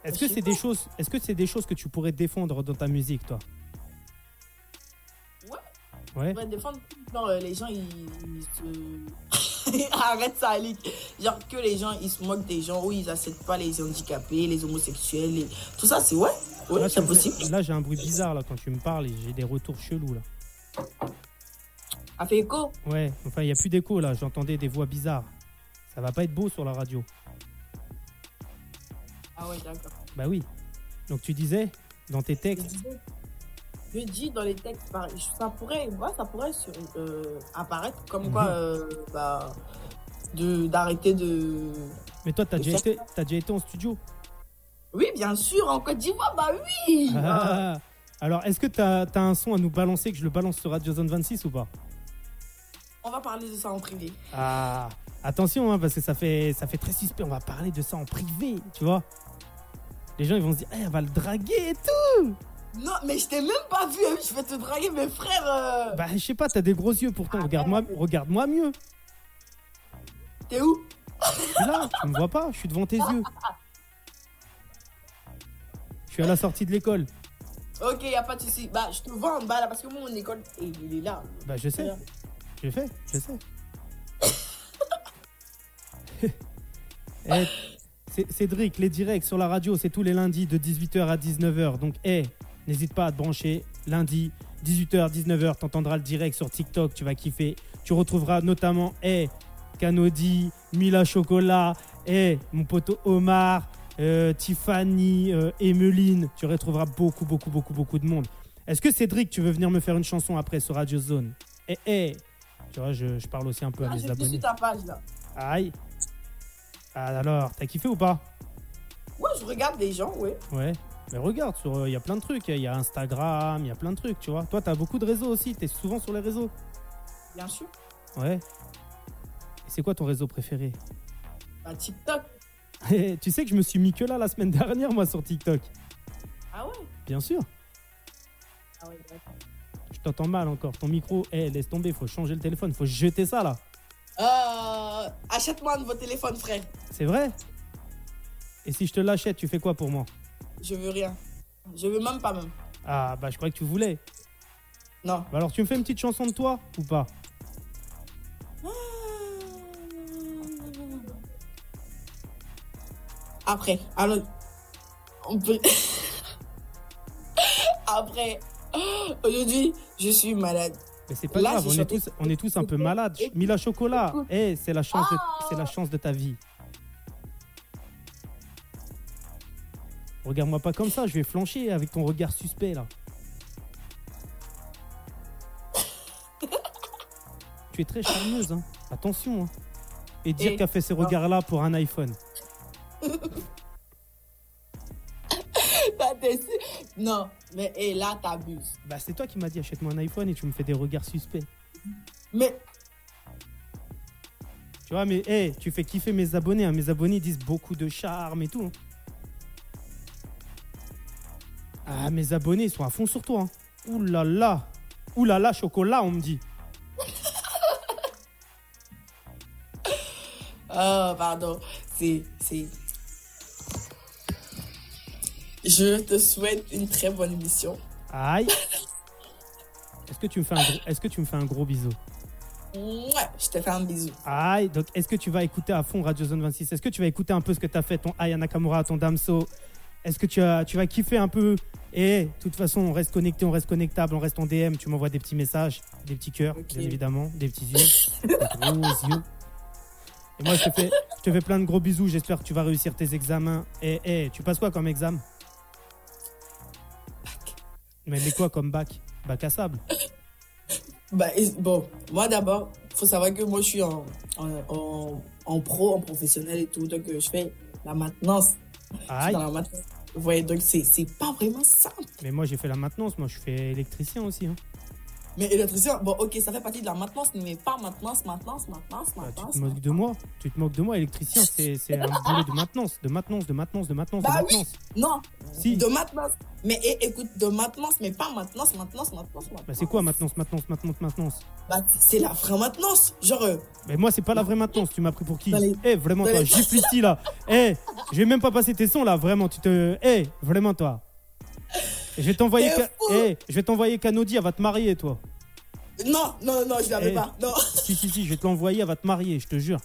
Speaker 2: Est-ce que c'est des choses Est-ce que c'est des choses que tu pourrais défendre dans ta musique toi Ouais.
Speaker 12: ouais, défendre, genre, euh, les gens ils, ils se. Arrête ça, Alix. Genre que les gens ils se moquent des gens, ou ils acceptent pas les handicapés, les homosexuels, les- tout ça, c'est ouais, ouais,
Speaker 2: Là, tu
Speaker 12: c'est
Speaker 2: me fais-
Speaker 12: possible.
Speaker 2: Là j'ai un bruit bizarre là quand tu me parles, et j'ai des retours chelous là.
Speaker 12: A fait écho.
Speaker 2: Ouais, enfin il y a plus d'écho là, j'entendais des voix bizarres. Ça va pas être beau sur la radio.
Speaker 12: Ah ouais, d'accord.
Speaker 2: Bah oui. Donc tu disais dans tes textes.
Speaker 12: Je dis dans les textes, par- ça pourrait, ouais, ça pourrait sur- euh, apparaître comme quoi, euh, bah, de- d'arrêter de,
Speaker 2: Mais toi t'as déjà été t'as déjà été en studio
Speaker 12: Oui, bien sûr, en Côte d'Ivoire, bah oui
Speaker 2: Ah. Alors, est-ce que t'as as un son à nous balancer, que je le balance sur Radio Zone 26 ou pas
Speaker 12: On va parler de ça en privé.
Speaker 2: Ah, attention, hein, parce que ça fait, ça fait très suspect. On va parler de ça en privé, tu vois. Les gens, ils vont se dire, Eh, elle va le draguer et tout.
Speaker 12: Non, mais je t'ai même pas vu, hein, je vais te draguer, mes frères euh,
Speaker 2: Bah, je sais pas, t'as des gros yeux pourtant.
Speaker 12: Ah
Speaker 2: Regarde-moi regarde -moi mieux.
Speaker 12: T'es où
Speaker 2: Là, tu me vois pas, je suis devant tes yeux. Je suis à la sortie de l'école.
Speaker 12: Ok, y a pas de soucis. Bah, je te vois en bas là, parce que mon école, il il est là.
Speaker 2: Bah, je sais. Je fait, je sais. Eh, C- Cédric, les directs sur la radio, c'est tous les lundis de 18h à 19h. Donc, eh, n'hésite pas à te brancher. Lundi, 18h, 19h, t'entendras le direct sur TikTok, tu vas kiffer. Tu retrouveras notamment, eh, Canody, Mila Chocolat, eh, mon pote Omar, euh, Tiffany, euh, Emeline. Tu retrouveras beaucoup, beaucoup, beaucoup, beaucoup de monde. Est-ce que Cédric, tu veux venir me faire une chanson après sur Radio Zone Eh, eh, tu vois, je, je parle aussi un peu à
Speaker 12: Ah,
Speaker 2: mes
Speaker 12: j'ai vu
Speaker 2: abonnés.
Speaker 12: sur ta page là.
Speaker 2: Aïe. Ah, alors, t'as kiffé ou pas
Speaker 12: Ouais, je regarde des gens, ouais.
Speaker 2: Ouais. Mais regarde, il y a plein de trucs. Il y a Instagram, il y a plein de trucs, tu vois. Toi, t'as beaucoup de réseaux aussi. T'es souvent sur les réseaux.
Speaker 12: Bien sûr.
Speaker 2: Ouais. Et C'est quoi ton réseau préféré
Speaker 12: Bah, TikTok.
Speaker 2: Tu sais que je me suis mis que là la semaine dernière, moi, sur TikTok.
Speaker 12: Ah ouais
Speaker 2: Bien sûr.
Speaker 12: Ah ouais, d'accord.
Speaker 2: Je t'entends mal encore. Ton micro, eh, laisse tomber. Faut changer le téléphone. Faut jeter ça, là.
Speaker 12: Euh, Achète-moi un nouveau téléphone, frère.
Speaker 2: C'est vrai Et si je te l'achète, tu fais quoi pour moi
Speaker 12: Je veux rien. Je veux même pas même.
Speaker 2: Ah, bah, je croyais que tu voulais.
Speaker 12: Non.
Speaker 2: Bah, alors, tu me fais une petite chanson de toi ou pas
Speaker 12: Après, alors. On peut. Après, aujourd'hui, je suis malade.
Speaker 2: Mais c'est pas
Speaker 12: Là,
Speaker 2: grave,
Speaker 12: j'ai
Speaker 2: on est,
Speaker 12: chanté-
Speaker 2: tous, on est tous un peu malades. Ch- Mila Chocolat, eh, c'est la, chance de- c'est
Speaker 12: Ah
Speaker 2: la chance de ta vie. Regarde-moi pas comme ça, je vais flancher avec ton regard suspect là. tu es très charmeuse, hein. attention. hein. Et dire
Speaker 12: Eh,
Speaker 2: qu'a fait ces
Speaker 12: non.
Speaker 2: regards là pour un iPhone.
Speaker 12: T'as des- Non, mais hé, là, t'abuses.
Speaker 2: Bah, c'est toi qui m'as dit achète-moi un iPhone et tu me fais des regards suspects.
Speaker 12: Mais.
Speaker 2: Tu vois, mais hey, tu fais kiffer mes abonnés. hein. Mes abonnés disent beaucoup de charme et tout. hein. Ah, mes abonnés, ils sont à fond sur toi. hein. Ouh là là. Ouh là là, chocolat, on me dit.
Speaker 12: Oh, pardon. C'est. c'est- Je te souhaite une très bonne émission.
Speaker 2: Aïe. Est-ce que tu me fais un gros, est-ce que tu me fais un gros bisou
Speaker 12: Mouah, Je te fais un bisou.
Speaker 2: Aïe. Donc, est-ce que tu vas écouter à fond Radio Zone 26 Est-ce que tu vas écouter un peu ce que t'as fait, ton Aya Nakamura, ton Damso Est-ce que tu, as, tu vas kiffer un peu Et de toute façon, on reste connecté, on reste connectable, on reste en DM. Tu m'envoies des petits messages, des petits cœurs, bien évidemment, des petits yeux, des gros yeux. Et moi, je te fais, je te fais plein de gros bisous. J'espère que tu vas réussir tes examens. Et tu passes quoi comme examen Mais mais quoi comme bac Bac à sable.
Speaker 12: Bah, et- bon, moi d'abord, faut savoir que moi je suis en, en, en- en pro, en professionnel et tout, donc euh, je fais la maintenance. Je suis
Speaker 2: Aïe.
Speaker 12: dans la maintenance. Ouais, donc c'est c'est pas vraiment simple.
Speaker 2: Mais moi, j'ai fait la maintenance. Moi, je fais électricien aussi. hein.
Speaker 12: Mais électricien, bon, ok, ça fait partie de la maintenance, mais pas maintenance, maintenance, maintenance, maintenance.
Speaker 2: Ah, Bah, Tu te moques de moi Tu te moques de moi Électricien, c'est c'est un boulot de maintenance, de maintenance, de maintenance, de maintenance, de
Speaker 12: bah oui,
Speaker 2: maintenance.
Speaker 12: non,
Speaker 2: Si.
Speaker 12: de maintenance. Mais é- écoute, de maintenance, mais pas maintenance, maintenance, maintenance, maintenance.
Speaker 2: Bah, c'est quoi maintenance, maintenance, maintenance, maintenance
Speaker 12: Bah, c'est la vraie maintenance, genre. euh,
Speaker 2: Mais moi, c'est pas la vraie maintenance. Tu m'as pris pour qui Eh,
Speaker 12: Allez.
Speaker 2: vraiment, toi,
Speaker 12: Allez.
Speaker 2: gifle ici, là. Eh, je vais même pas passer tes sons, là. Vraiment, tu te. Eh, vraiment, toi. Je vais t'envoyer.
Speaker 12: T'es
Speaker 2: Ca- Eh, je vais t'envoyer Canody, elle va te marier, toi.
Speaker 12: Non, non, non, je l'avais
Speaker 2: Eh.
Speaker 12: pas. Non.
Speaker 2: Si, si, si, je vais te l'envoyer, elle va te marier, je te jure.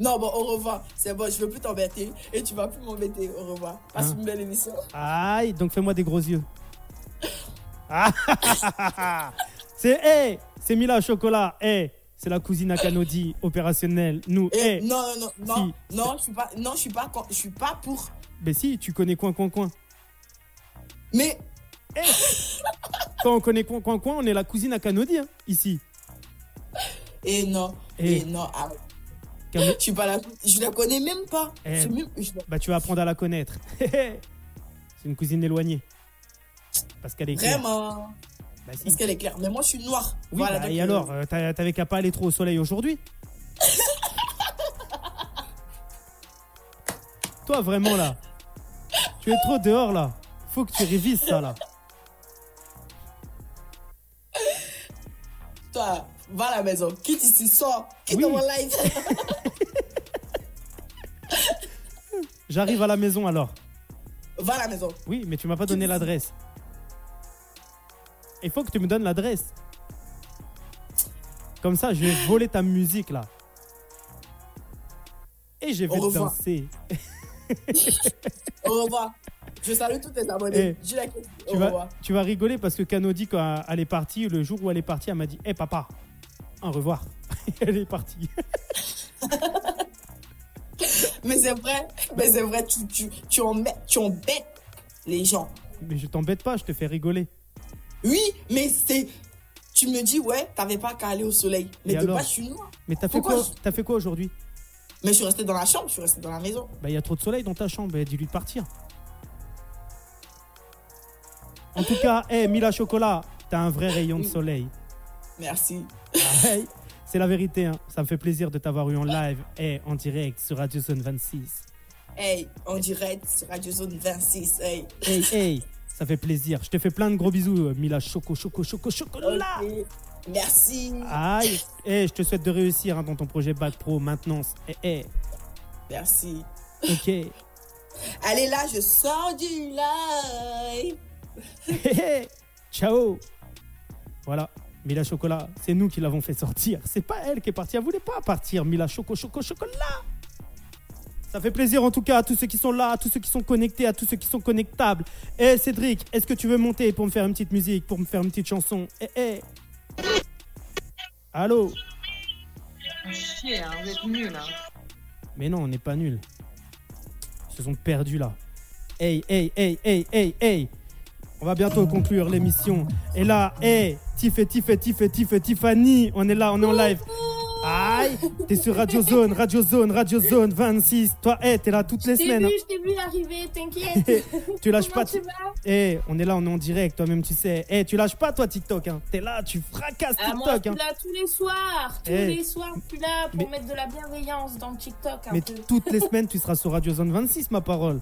Speaker 12: Non, bon, au revoir. C'est bon, je veux plus t'embêter et tu vas plus m'embêter. Au revoir. Passe
Speaker 2: Hein.
Speaker 12: une belle émission.
Speaker 2: Aïe, donc fais-moi des gros yeux. Ah, c'est hey, c'est Mila au Chocolat. Hey, c'est la cousine à Canody, opérationnelle. Nous,
Speaker 12: Et
Speaker 2: hey.
Speaker 12: Eh, non, non, non, non, non, je suis pas, non, je suis pas, con- je suis pas pour.
Speaker 2: Mais Ben si, tu connais coin coin coin.
Speaker 12: Mais
Speaker 2: hey, quand on connaît coin coin coin, on est la cousine à Canody hein, ici.
Speaker 12: Et non,
Speaker 2: Eh.
Speaker 12: et, non. ah.
Speaker 2: Cano-
Speaker 12: Je suis pas là, je la connais même pas.
Speaker 2: Eh.
Speaker 12: Je sais même- je-
Speaker 2: Bah tu vas apprendre à la connaître. c'est une cousine éloignée. Parce qu'elle est claire. Bah,
Speaker 12: Vraiment. Parce qu'elle est claire. Mais moi, je suis noire.
Speaker 2: Oui,
Speaker 12: Voilà,
Speaker 2: bah,
Speaker 12: donc,
Speaker 2: et
Speaker 12: euh,
Speaker 2: alors, euh, t'as- t'avais qu'à pas aller trop au soleil aujourd'hui Toi, vraiment, là, tu es trop dehors, là. Faut que tu révises ça, là.
Speaker 12: Toi, va à la maison. Quitte ici, sors. Quitte
Speaker 2: Oui.
Speaker 12: dans mon live.
Speaker 2: J'arrive à la maison, alors.
Speaker 12: va à la maison.
Speaker 2: Oui, mais tu m'as pas donné l'adresse. Il faut que tu me donnes l'adresse. Comme ça, je vais voler ta musique, là. Et je
Speaker 12: Au
Speaker 2: vais
Speaker 12: revoir.
Speaker 2: danser.
Speaker 12: Au revoir. Je salue tous tes abonnés.
Speaker 2: Eh.
Speaker 12: Je la quitte. Au
Speaker 2: tu vas,
Speaker 12: revoir.
Speaker 2: tu vas rigoler parce que Canody, quand elle est partie, le jour où elle est partie, elle m'a dit Hé papa, au revoir. elle est partie.
Speaker 12: Mais c'est vrai, mais c'est vrai, tu, tu, tu, embêtes, tu embêtes les gens.
Speaker 2: Mais je t'embête pas, je te fais rigoler.
Speaker 12: Oui, mais c'est. Tu me dis, ouais, t'avais pas qu'à aller au soleil. Mais
Speaker 2: Et
Speaker 12: de
Speaker 2: alors
Speaker 12: base, je suis noire.
Speaker 2: Mais t'as fait
Speaker 12: Pourquoi
Speaker 2: quoi, t'as fait quoi aujourd'hui
Speaker 12: Mais je suis restée dans la chambre, je suis restée dans la maison.
Speaker 2: Bah, il y a trop de soleil dans ta chambre, bah, dis-lui de partir. En tout cas, hé, Mila Chocolat, t'as un vrai rayon de soleil.
Speaker 12: Merci.
Speaker 2: Aïe, C'est la vérité, hein. ça me fait plaisir de t'avoir eu en live et en direct sur Radio Zone 26.
Speaker 12: Hey, en direct sur Radio Zone 26. Hey.
Speaker 2: Hey, hey, ça fait plaisir. Je te fais plein de gros bisous, euh, Mila Choco, Choco, Choco, Chocolat.
Speaker 12: Ok. Merci.
Speaker 2: Aïe, Eh, je te souhaite de réussir hein, dans ton projet Bac Pro maintenance. Eh, eh.
Speaker 12: Merci.
Speaker 2: Ok. Eh,
Speaker 12: Allez, là, je sors du live.
Speaker 2: eh. Ciao. Voilà, Mila Chocolat, c'est nous qui l'avons fait sortir. C'est pas elle qui est partie. Elle voulait pas partir, Mila Choco, Choco, Chocolat. Ça fait plaisir en tout cas à tous ceux qui sont là, à tous ceux qui sont connectés, à tous ceux qui sont connectables. Eh Cédric, est-ce que tu veux monter pour me faire une petite musique, pour me faire une petite chanson Eh, eh. Allô
Speaker 1: Chier, hein, vous êtes nuls. Hein.
Speaker 2: Mais non, on n'est pas nuls. Ils se sont perdus là. Hey, hey, hey, hey, hey, hey. On va bientôt conclure l'émission. Et là, hey, Tiff et Tiff et Tiff et Tiff et Tiffany, on est là, on est en live. Aïe, t'es sur Radio Zone, Radio Zone, Radio Zone 26. Toi, hey, t'es là toutes les
Speaker 14: t'ai
Speaker 2: semaines.
Speaker 14: vu,
Speaker 2: hein.
Speaker 14: je t'ai vu arriver, t'inquiète.
Speaker 2: Tu lâches
Speaker 14: Comment
Speaker 2: pas.
Speaker 14: tu
Speaker 2: tu-
Speaker 14: vas
Speaker 2: Eh, on est là, on est en direct, toi-même tu sais. Eh, tu lâches pas toi TikTok, hein. T'es là, tu fracasses
Speaker 14: Ah, moi, je
Speaker 2: TikTok,
Speaker 14: suis
Speaker 2: hein.
Speaker 14: là tous les soirs. Tous
Speaker 2: Eh.
Speaker 14: les soirs, je suis là pour
Speaker 2: Mais-
Speaker 14: mettre de la bienveillance dans TikTok un
Speaker 2: Mais
Speaker 14: peu.
Speaker 2: toutes les semaines, tu seras sur Radio Zone 26, ma parole.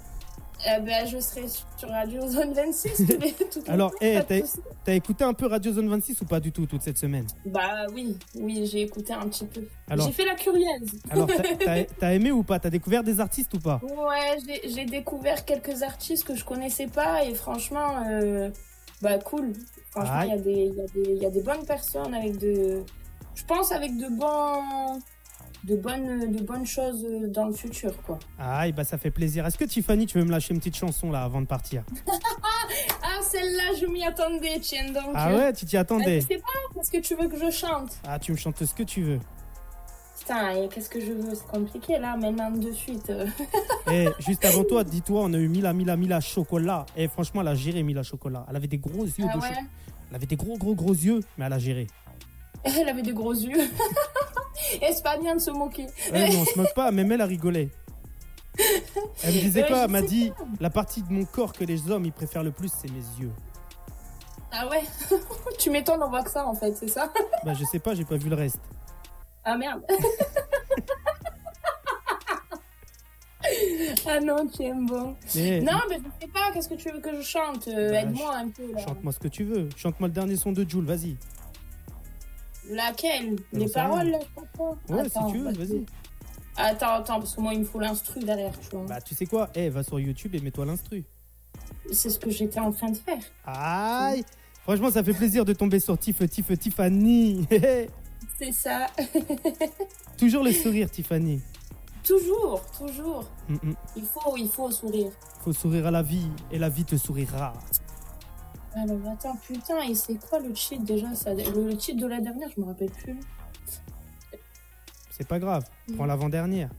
Speaker 14: Eh ben, je serai sur Radio Zone 26 tous les- toutes les
Speaker 2: Alors,
Speaker 14: jours,
Speaker 2: eh,
Speaker 14: pas de
Speaker 2: t'as-
Speaker 14: souci.
Speaker 2: t'as écouté un peu Radio Zone 26 ou pas du tout toute cette semaine
Speaker 14: Bah oui, oui, j'ai écouté un petit peu.
Speaker 2: Alors-
Speaker 14: J'ai fait la curieuse.
Speaker 2: Alors, t'as- t'as t'as aimé ou pas T'as découvert des artistes ou pas
Speaker 14: Ouais, j'ai- j'ai découvert quelques artistes que je connaissais pas et franchement, euh, bah cool. Franchement,
Speaker 2: Aïe.
Speaker 14: il y, a des- il y a des- il y a des bonnes personnes avec de. Je pense avec de bons. De bonnes, de bonnes choses dans le futur, quoi.
Speaker 2: Aïe, bah ça fait plaisir. Est-ce que Tiffany, tu veux me lâcher une petite chanson là avant de partir
Speaker 14: Ah, celle-là, je m'y attendais, tiens donc.
Speaker 2: Ah ouais, tu t'y attendais
Speaker 14: Je sais pas, parce que tu veux que je chante.
Speaker 2: Ah, tu me chantes ce que tu veux.
Speaker 14: Putain, et qu'est-ce que je veux C'est compliqué là, maintenant de suite.
Speaker 2: Et Eh, juste avant toi, dis-toi, on a eu Mila, Mila, Mila Chocolat. Et franchement, elle a géré Mila Chocolat. Elle avait des gros yeux
Speaker 14: Ah
Speaker 2: de
Speaker 14: ouais
Speaker 2: cho- Elle avait des gros, gros, gros yeux, mais elle a géré.
Speaker 14: Elle avait des gros yeux. Et c'est pas bien de se moquer.
Speaker 2: Ouais, mais on se moque pas, même elle a rigolé. Elle me disait
Speaker 14: Ouais,
Speaker 2: quoi
Speaker 14: je
Speaker 2: Elle m'a
Speaker 14: sais
Speaker 2: dit
Speaker 14: pas.
Speaker 2: la partie de mon corps que les hommes ils préfèrent le plus, c'est mes yeux.
Speaker 14: Ah ouais Tu m'étonnes, on voit que ça en fait, c'est ça
Speaker 2: Bah, je sais pas, j'ai pas vu le reste.
Speaker 14: Ah merde Ah non, tu aimes bon.
Speaker 2: Mais-
Speaker 14: Non, mais je sais pas, qu'est-ce que tu veux que je chante Euh,
Speaker 2: Bah,
Speaker 14: Aide-moi un peu là.
Speaker 2: Chante-moi ce que tu veux. Chante-moi le dernier son de Jules, vas-y.
Speaker 14: Laquelle
Speaker 2: J'en
Speaker 14: Les
Speaker 2: sais rien.
Speaker 14: paroles là, je crois pas.
Speaker 2: Ouais, si
Speaker 14: Attends, bah,
Speaker 2: tu veux,
Speaker 14: parce que-
Speaker 2: vas-y.
Speaker 14: Attends, attends, parce que moi il me faut l'instru derrière, tu vois.
Speaker 2: Bah, tu sais quoi Eh, va sur YouTube et mets-toi l'instru.
Speaker 14: C'est ce que j'étais en train de faire.
Speaker 2: Aïe Franchement, ça fait plaisir de tomber sur Tiff, Tiff, Tiffany. Hé, hé.
Speaker 14: C'est ça.
Speaker 2: Toujours le sourire, Tiffany.
Speaker 14: toujours, toujours.
Speaker 2: Mm, mm.
Speaker 14: Il faut, il faut sourire.
Speaker 2: Faut sourire à la vie et la vie te sourira.
Speaker 14: Alors attends, putain, et c'est quoi le cheat déjà ça, Le cheat de la dernière, je me rappelle plus.
Speaker 2: C'est pas grave, prends
Speaker 14: Mm.
Speaker 2: l'avant-dernière.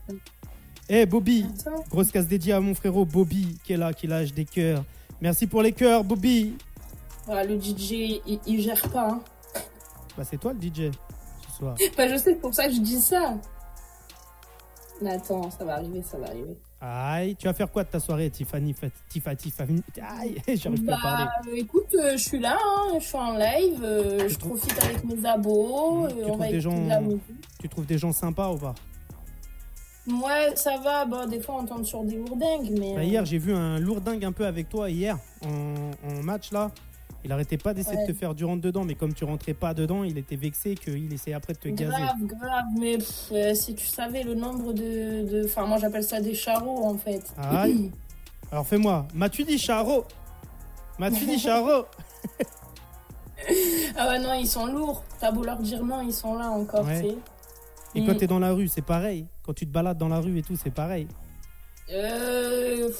Speaker 2: Eh Bobby,
Speaker 14: Attends.
Speaker 2: grosse casse dédiée à mon frérot Bobby qui est là, qui lâche des cœurs. Merci pour les cœurs, Bobby.
Speaker 14: Voilà, Ah, le DJ, il, il gère pas. Hein.
Speaker 2: Bah, c'est toi le DJ ce soir.
Speaker 14: Enfin, je sais, c'est pour ça que je dis ça. Mais attends, ça va arriver, ça va arriver.
Speaker 2: Aïe, tu vas faire quoi de ta soirée, Tiffany Fa- Tifa, Tiffany. Aïe, j'arrive pas à parler.
Speaker 14: Bah euh, écoute, euh, je suis là, hein, je suis en live, euh, je profite avec mes abos, euh,
Speaker 2: Tu
Speaker 14: on
Speaker 2: trouves,
Speaker 14: va
Speaker 2: des
Speaker 14: écouter
Speaker 2: gens...
Speaker 14: de la musique.
Speaker 2: tu trouves des gens sympas ou pas
Speaker 14: Ouais, ça va, bah, des fois on tombe sur des lourdingues, mais...
Speaker 2: Bah, Hier, j'ai vu un lourdingue un peu avec toi hier, en, en match là. Il arrêtait pas d'essayer
Speaker 14: Ouais.
Speaker 2: de te faire du rentre dedans, mais comme tu rentrais pas dedans, il était vexé qu'il essayait après de te gazer.
Speaker 14: Grave, grave, mais pff, euh, si tu savais le nombre de. de- Enfin, moi j'appelle ça des charros en fait.
Speaker 2: Aïe. Alors fais-moi. M'as-tu dit Charo M'as-tu dit Charo
Speaker 14: Ah ouais, non, ils sont lourds. T'as beau leur dire non, ils sont là encore,
Speaker 2: Ouais.
Speaker 14: tu sais.
Speaker 2: Et quand
Speaker 14: Mm.
Speaker 2: t'es dans la rue, c'est pareil. Quand tu te balades dans la rue et tout, c'est pareil.
Speaker 14: Euh.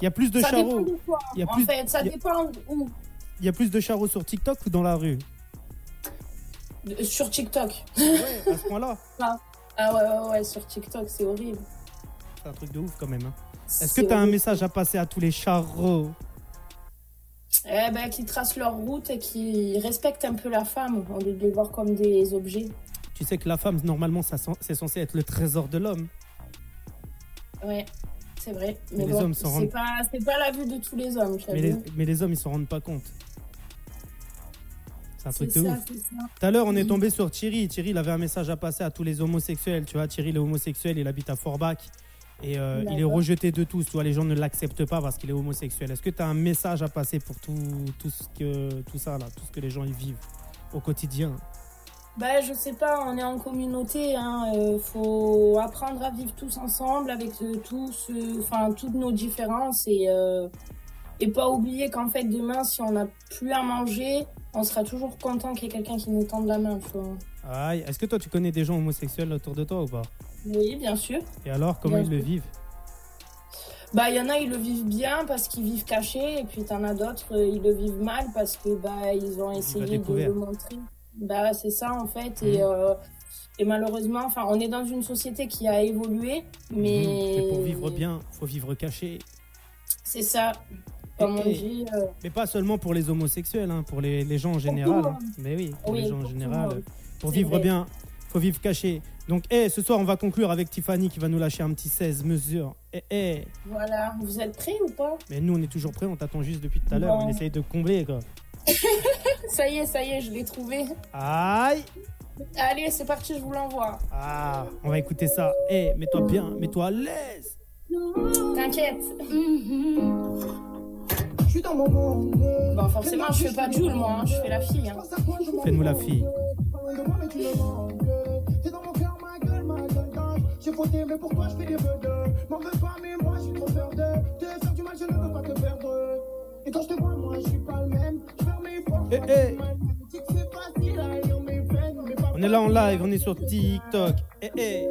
Speaker 2: Il y a plus de
Speaker 14: ça dépend
Speaker 2: Charo.
Speaker 14: de quoi,
Speaker 2: Il y a
Speaker 14: en
Speaker 2: plus-
Speaker 14: fait, ça
Speaker 2: il y a-
Speaker 14: dépend où.
Speaker 2: Il y a plus de Charo sur TikTok ou dans la rue
Speaker 14: De- Sur TikTok.
Speaker 2: Ouais, à ce point-là.
Speaker 14: Ah, ah ouais, ouais, ouais, sur TikTok, c'est horrible.
Speaker 2: C'est un truc de ouf quand même. hein. Est-ce que
Speaker 14: C'est
Speaker 2: t'as un
Speaker 14: horrible.
Speaker 2: message à passer à tous les Charo
Speaker 14: Eh ben, qu'ils tracent leur route et qu'ils respectent un peu la femme au lieu de les voir comme des objets.
Speaker 2: Tu sais que la femme, normalement, ça sen- c'est censé être le trésor de l'homme.
Speaker 14: Ouais, c'est vrai.
Speaker 2: Mais les hommes s'en
Speaker 14: c'est
Speaker 2: rendent-
Speaker 14: pas, c'est pas la vue de tous les hommes, tu
Speaker 2: Mais les, mais les hommes, ils s'en rendent pas compte. C'est un truc de ouf. Tout à l'heure, on est tombé sur Thierry. Thierry, il avait un message à passer à tous les homosexuels. Tu vois, Thierry, il est homosexuel, il habite à Forbach. Et euh, il est
Speaker 11: D'accord.
Speaker 2: rejeté de tous. Tu vois, les gens ne l'acceptent pas parce qu'il est homosexuel. Est-ce que tu as un message à passer pour tout, tout, ce que, tout ça, là, tout ce que les gens ils vivent au quotidien
Speaker 14: Bah, je sais pas, on est en communauté, hein, euh, faut apprendre à vivre tous ensemble avec euh, tous, euh, enfin toutes nos différences et euh, et pas oublier qu'en fait demain si on n'a plus à manger, on sera toujours content qu'il y ait quelqu'un qui nous tende la main. tu vois.
Speaker 2: Aïe, Est-ce que toi, tu connais des gens homosexuels autour de toi ou pas
Speaker 14: Oui, bien sûr.
Speaker 2: Et alors, comment
Speaker 14: Bien
Speaker 2: ils le
Speaker 14: sûr.
Speaker 2: vivent
Speaker 14: Bah, il y en a, ils le vivent bien parce qu'ils vivent cachés, et puis t'en as d'autres, euh, ils le vivent mal parce que bah ils ont essayé de
Speaker 2: découvert. Mhm.
Speaker 14: le montrer. Bah, c'est ça en fait, et, euh, et malheureusement, enfin, on est dans une société qui a évolué, mais
Speaker 2: Mhm. Pour vivre bien, faut vivre caché.
Speaker 14: c'est ça, comme on
Speaker 2: Eh, eh.
Speaker 14: dit. euh,
Speaker 2: Mais pas seulement pour les homosexuels, hein, pour les, les gens en général.
Speaker 14: monde.
Speaker 2: hein. Mais oui, pour
Speaker 14: Oui,
Speaker 2: les gens
Speaker 14: pour
Speaker 2: en
Speaker 14: tout le
Speaker 2: général.
Speaker 14: monde.
Speaker 2: Pour
Speaker 14: C'est
Speaker 2: vivre
Speaker 14: vrai.
Speaker 2: bien, faut vivre caché. Donc, eh, ce soir, on va conclure avec Tiffany qui va nous lâcher un petit 16 mesures. Eh, eh.
Speaker 14: Voilà, vous êtes prêts ou pas
Speaker 2: Mais nous, on est toujours prêts, on t'attend juste depuis tout à l'heure.
Speaker 14: Bon.
Speaker 2: On essaye de combler, quoi.
Speaker 14: Ça y est, ça y est, je l'ai trouvé.
Speaker 2: Aïe
Speaker 14: Allez, c'est parti, je vous l'envoie.
Speaker 2: Ah, on va écouter ça. Eh, mets-toi bien, mets-toi à l'aise.
Speaker 14: T'inquiète.
Speaker 6: Mm.
Speaker 14: Je suis dans mon monde. Bah forcément, je fais pas Jules, moi. hein. Je fais la fille. hein.
Speaker 2: Fais-nous la fille.
Speaker 1: J'ai fauté, mais pourquoi je fais des bugs M'en veux pas, mais moi je suis trop peur de te faire du mal, je ne veux pas te perdre. Et quand je te vois, moi je suis pas le même. Je ferme mes portes,
Speaker 2: Eh,
Speaker 1: je
Speaker 2: eh.
Speaker 1: fais du mal. Tu sais que c'est facile à lire mes peines, mais pas
Speaker 2: On est là en live, on est sur TikTok. Eh, eh.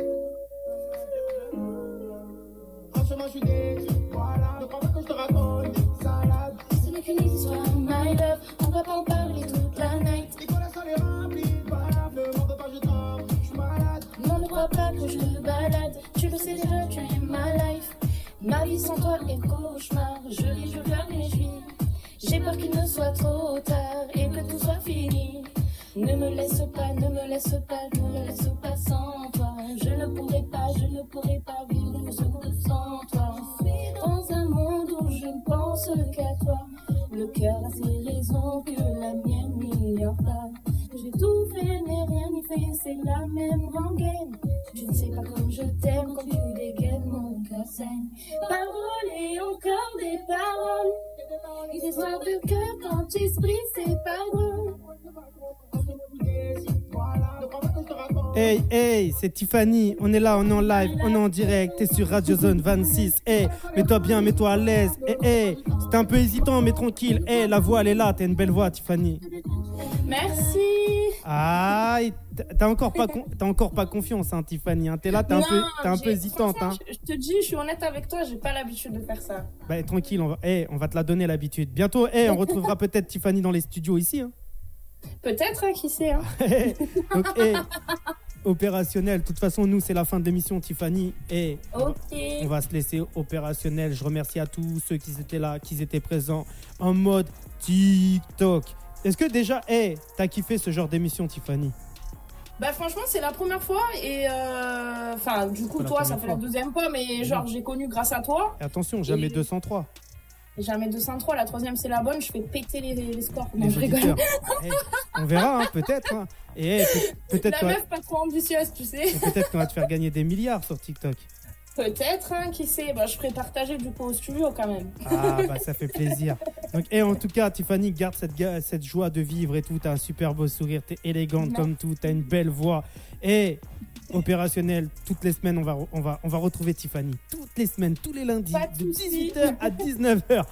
Speaker 1: En chemin, je suis déçu. Voilà, ne crois pas que je te raconte des salades.
Speaker 15: Ce n'est qu'une histoire, my love. On va pas en parler toute la night.
Speaker 1: Nicolas, ça les remplit. Voilà, ne m'en veux pas, je t'en je suis malade.
Speaker 15: Non, ne crois pas que je me balade. Tu le sais déjà, tu es ma life. Ma vie sans toi est cauchemar. Je ris, je pleure, mais je vis. J'ai peur qu'il ne soit trop tard et que tout soit fini. Ne me laisse pas, ne me laisse pas, ne me laisse pas sans toi. Je ne pourrai pas, je ne pourrai pas vivre une seconde sans toi. Je suis dans un monde où je ne pense qu'à toi. Le cœur a ses raisons que la mienne n'ignore pas. J'ai tout fait, mais rien n'y fait, c'est la même rengaine. Tu ne sais pas comme je t'aime quand tu dégaines mon cœur saigne. Paroles et encore des paroles. Des histoires de cœur quand tu se brises, c'est pas drôle.
Speaker 2: Hey, hey, c'est Tiffany. On est là, on est en live, on est en direct. T'es sur Radio Zone 26. Hey, mets-toi bien, mets-toi à l'aise. Eh, Hey, hey, c'était un peu hésitant, mais tranquille. Hey, la voix, elle est là. T'as une belle voix, Tiffany.
Speaker 14: Merci.
Speaker 2: Aïe, t'as encore pas, con- t'as encore pas confiance, hein, Tiffany. hein. T'es là, t'es un peu,
Speaker 14: Non,
Speaker 2: t'es un peu
Speaker 14: j'ai-
Speaker 2: hésitante, hein.
Speaker 14: Je te dis, je suis honnête avec toi, j'ai pas l'habitude de faire ça.
Speaker 2: Bah, tranquille, on va, hey, on va te la donner l'habitude. Bientôt, hey, on retrouvera peut-être Tiffany dans les studios ici. hein.
Speaker 14: Peut-être, hein, qui sait. hein.
Speaker 2: Donc, hey, eh, opérationnel. De toute façon, nous, c'est la fin de l'émission, Tiffany. Hey, Ah, On
Speaker 14: Ok.
Speaker 2: va se laisser opérationnel. Je remercie à tous ceux qui étaient là, qui étaient présents en mode TikTok. Est-ce que déjà, hey, t'as kiffé ce genre d'émission, Tiffany
Speaker 14: Bah franchement, c'est la première fois et euh, enfin du coup
Speaker 2: C'est la
Speaker 14: toi, ça
Speaker 2: première
Speaker 14: fait la
Speaker 2: fois.
Speaker 14: deuxième fois, mais genre j'ai connu grâce à toi.
Speaker 2: Et Attention, jamais
Speaker 14: Et-
Speaker 2: 203.
Speaker 14: Jamais 203, la troisième c'est la bonne, je fais péter les, les scores. Non,
Speaker 2: Les
Speaker 14: je rigole.
Speaker 2: auditeurs. Eh, on verra, hein, peut-être. hein. Et eh, peut- peut-être
Speaker 14: la
Speaker 2: qu'on va-
Speaker 14: meuf pas trop ambitieuse, tu sais.
Speaker 2: peut-être qu'on va te faire gagner des milliards sur TikTok.
Speaker 14: Peut-être, hein, qui sait. Bah je ferai partager du coup au studio quand même.
Speaker 2: Ah, bah ça fait plaisir. Donc, et en tout cas, Tiffany, garde cette, ga- cette joie de vivre et tout. T'as un super beau sourire, t'es élégante
Speaker 14: Merci.
Speaker 2: comme tout, t'as une belle voix. Et opérationnelle, toutes les semaines, on va, re- on, va, on va retrouver Tiffany. Toutes les semaines, tous les lundis, de 18h à 19h.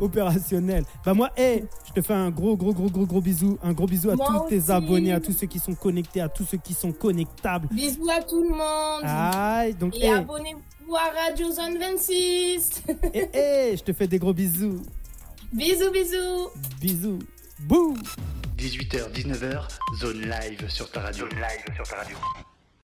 Speaker 2: opérationnelle. Bah moi, hey, je te fais un gros, gros, gros, gros, gros bisou. Un gros bisou à
Speaker 14: Moi
Speaker 2: tous tes
Speaker 14: aussi.
Speaker 2: abonnés, à tous ceux qui sont connectés, à tous ceux qui sont connectables.
Speaker 14: Bisous à tout le monde.
Speaker 2: Ah, Aïe, donc,
Speaker 14: et
Speaker 2: hey,
Speaker 14: abonnez-vous à Radio Zone 26.
Speaker 2: hey, hey, je te fais des gros bisous.
Speaker 14: bisous bisous.
Speaker 2: Bisous. Bouh
Speaker 16: 18h, 19h, zone live sur ta radio. Zone live sur ta radio.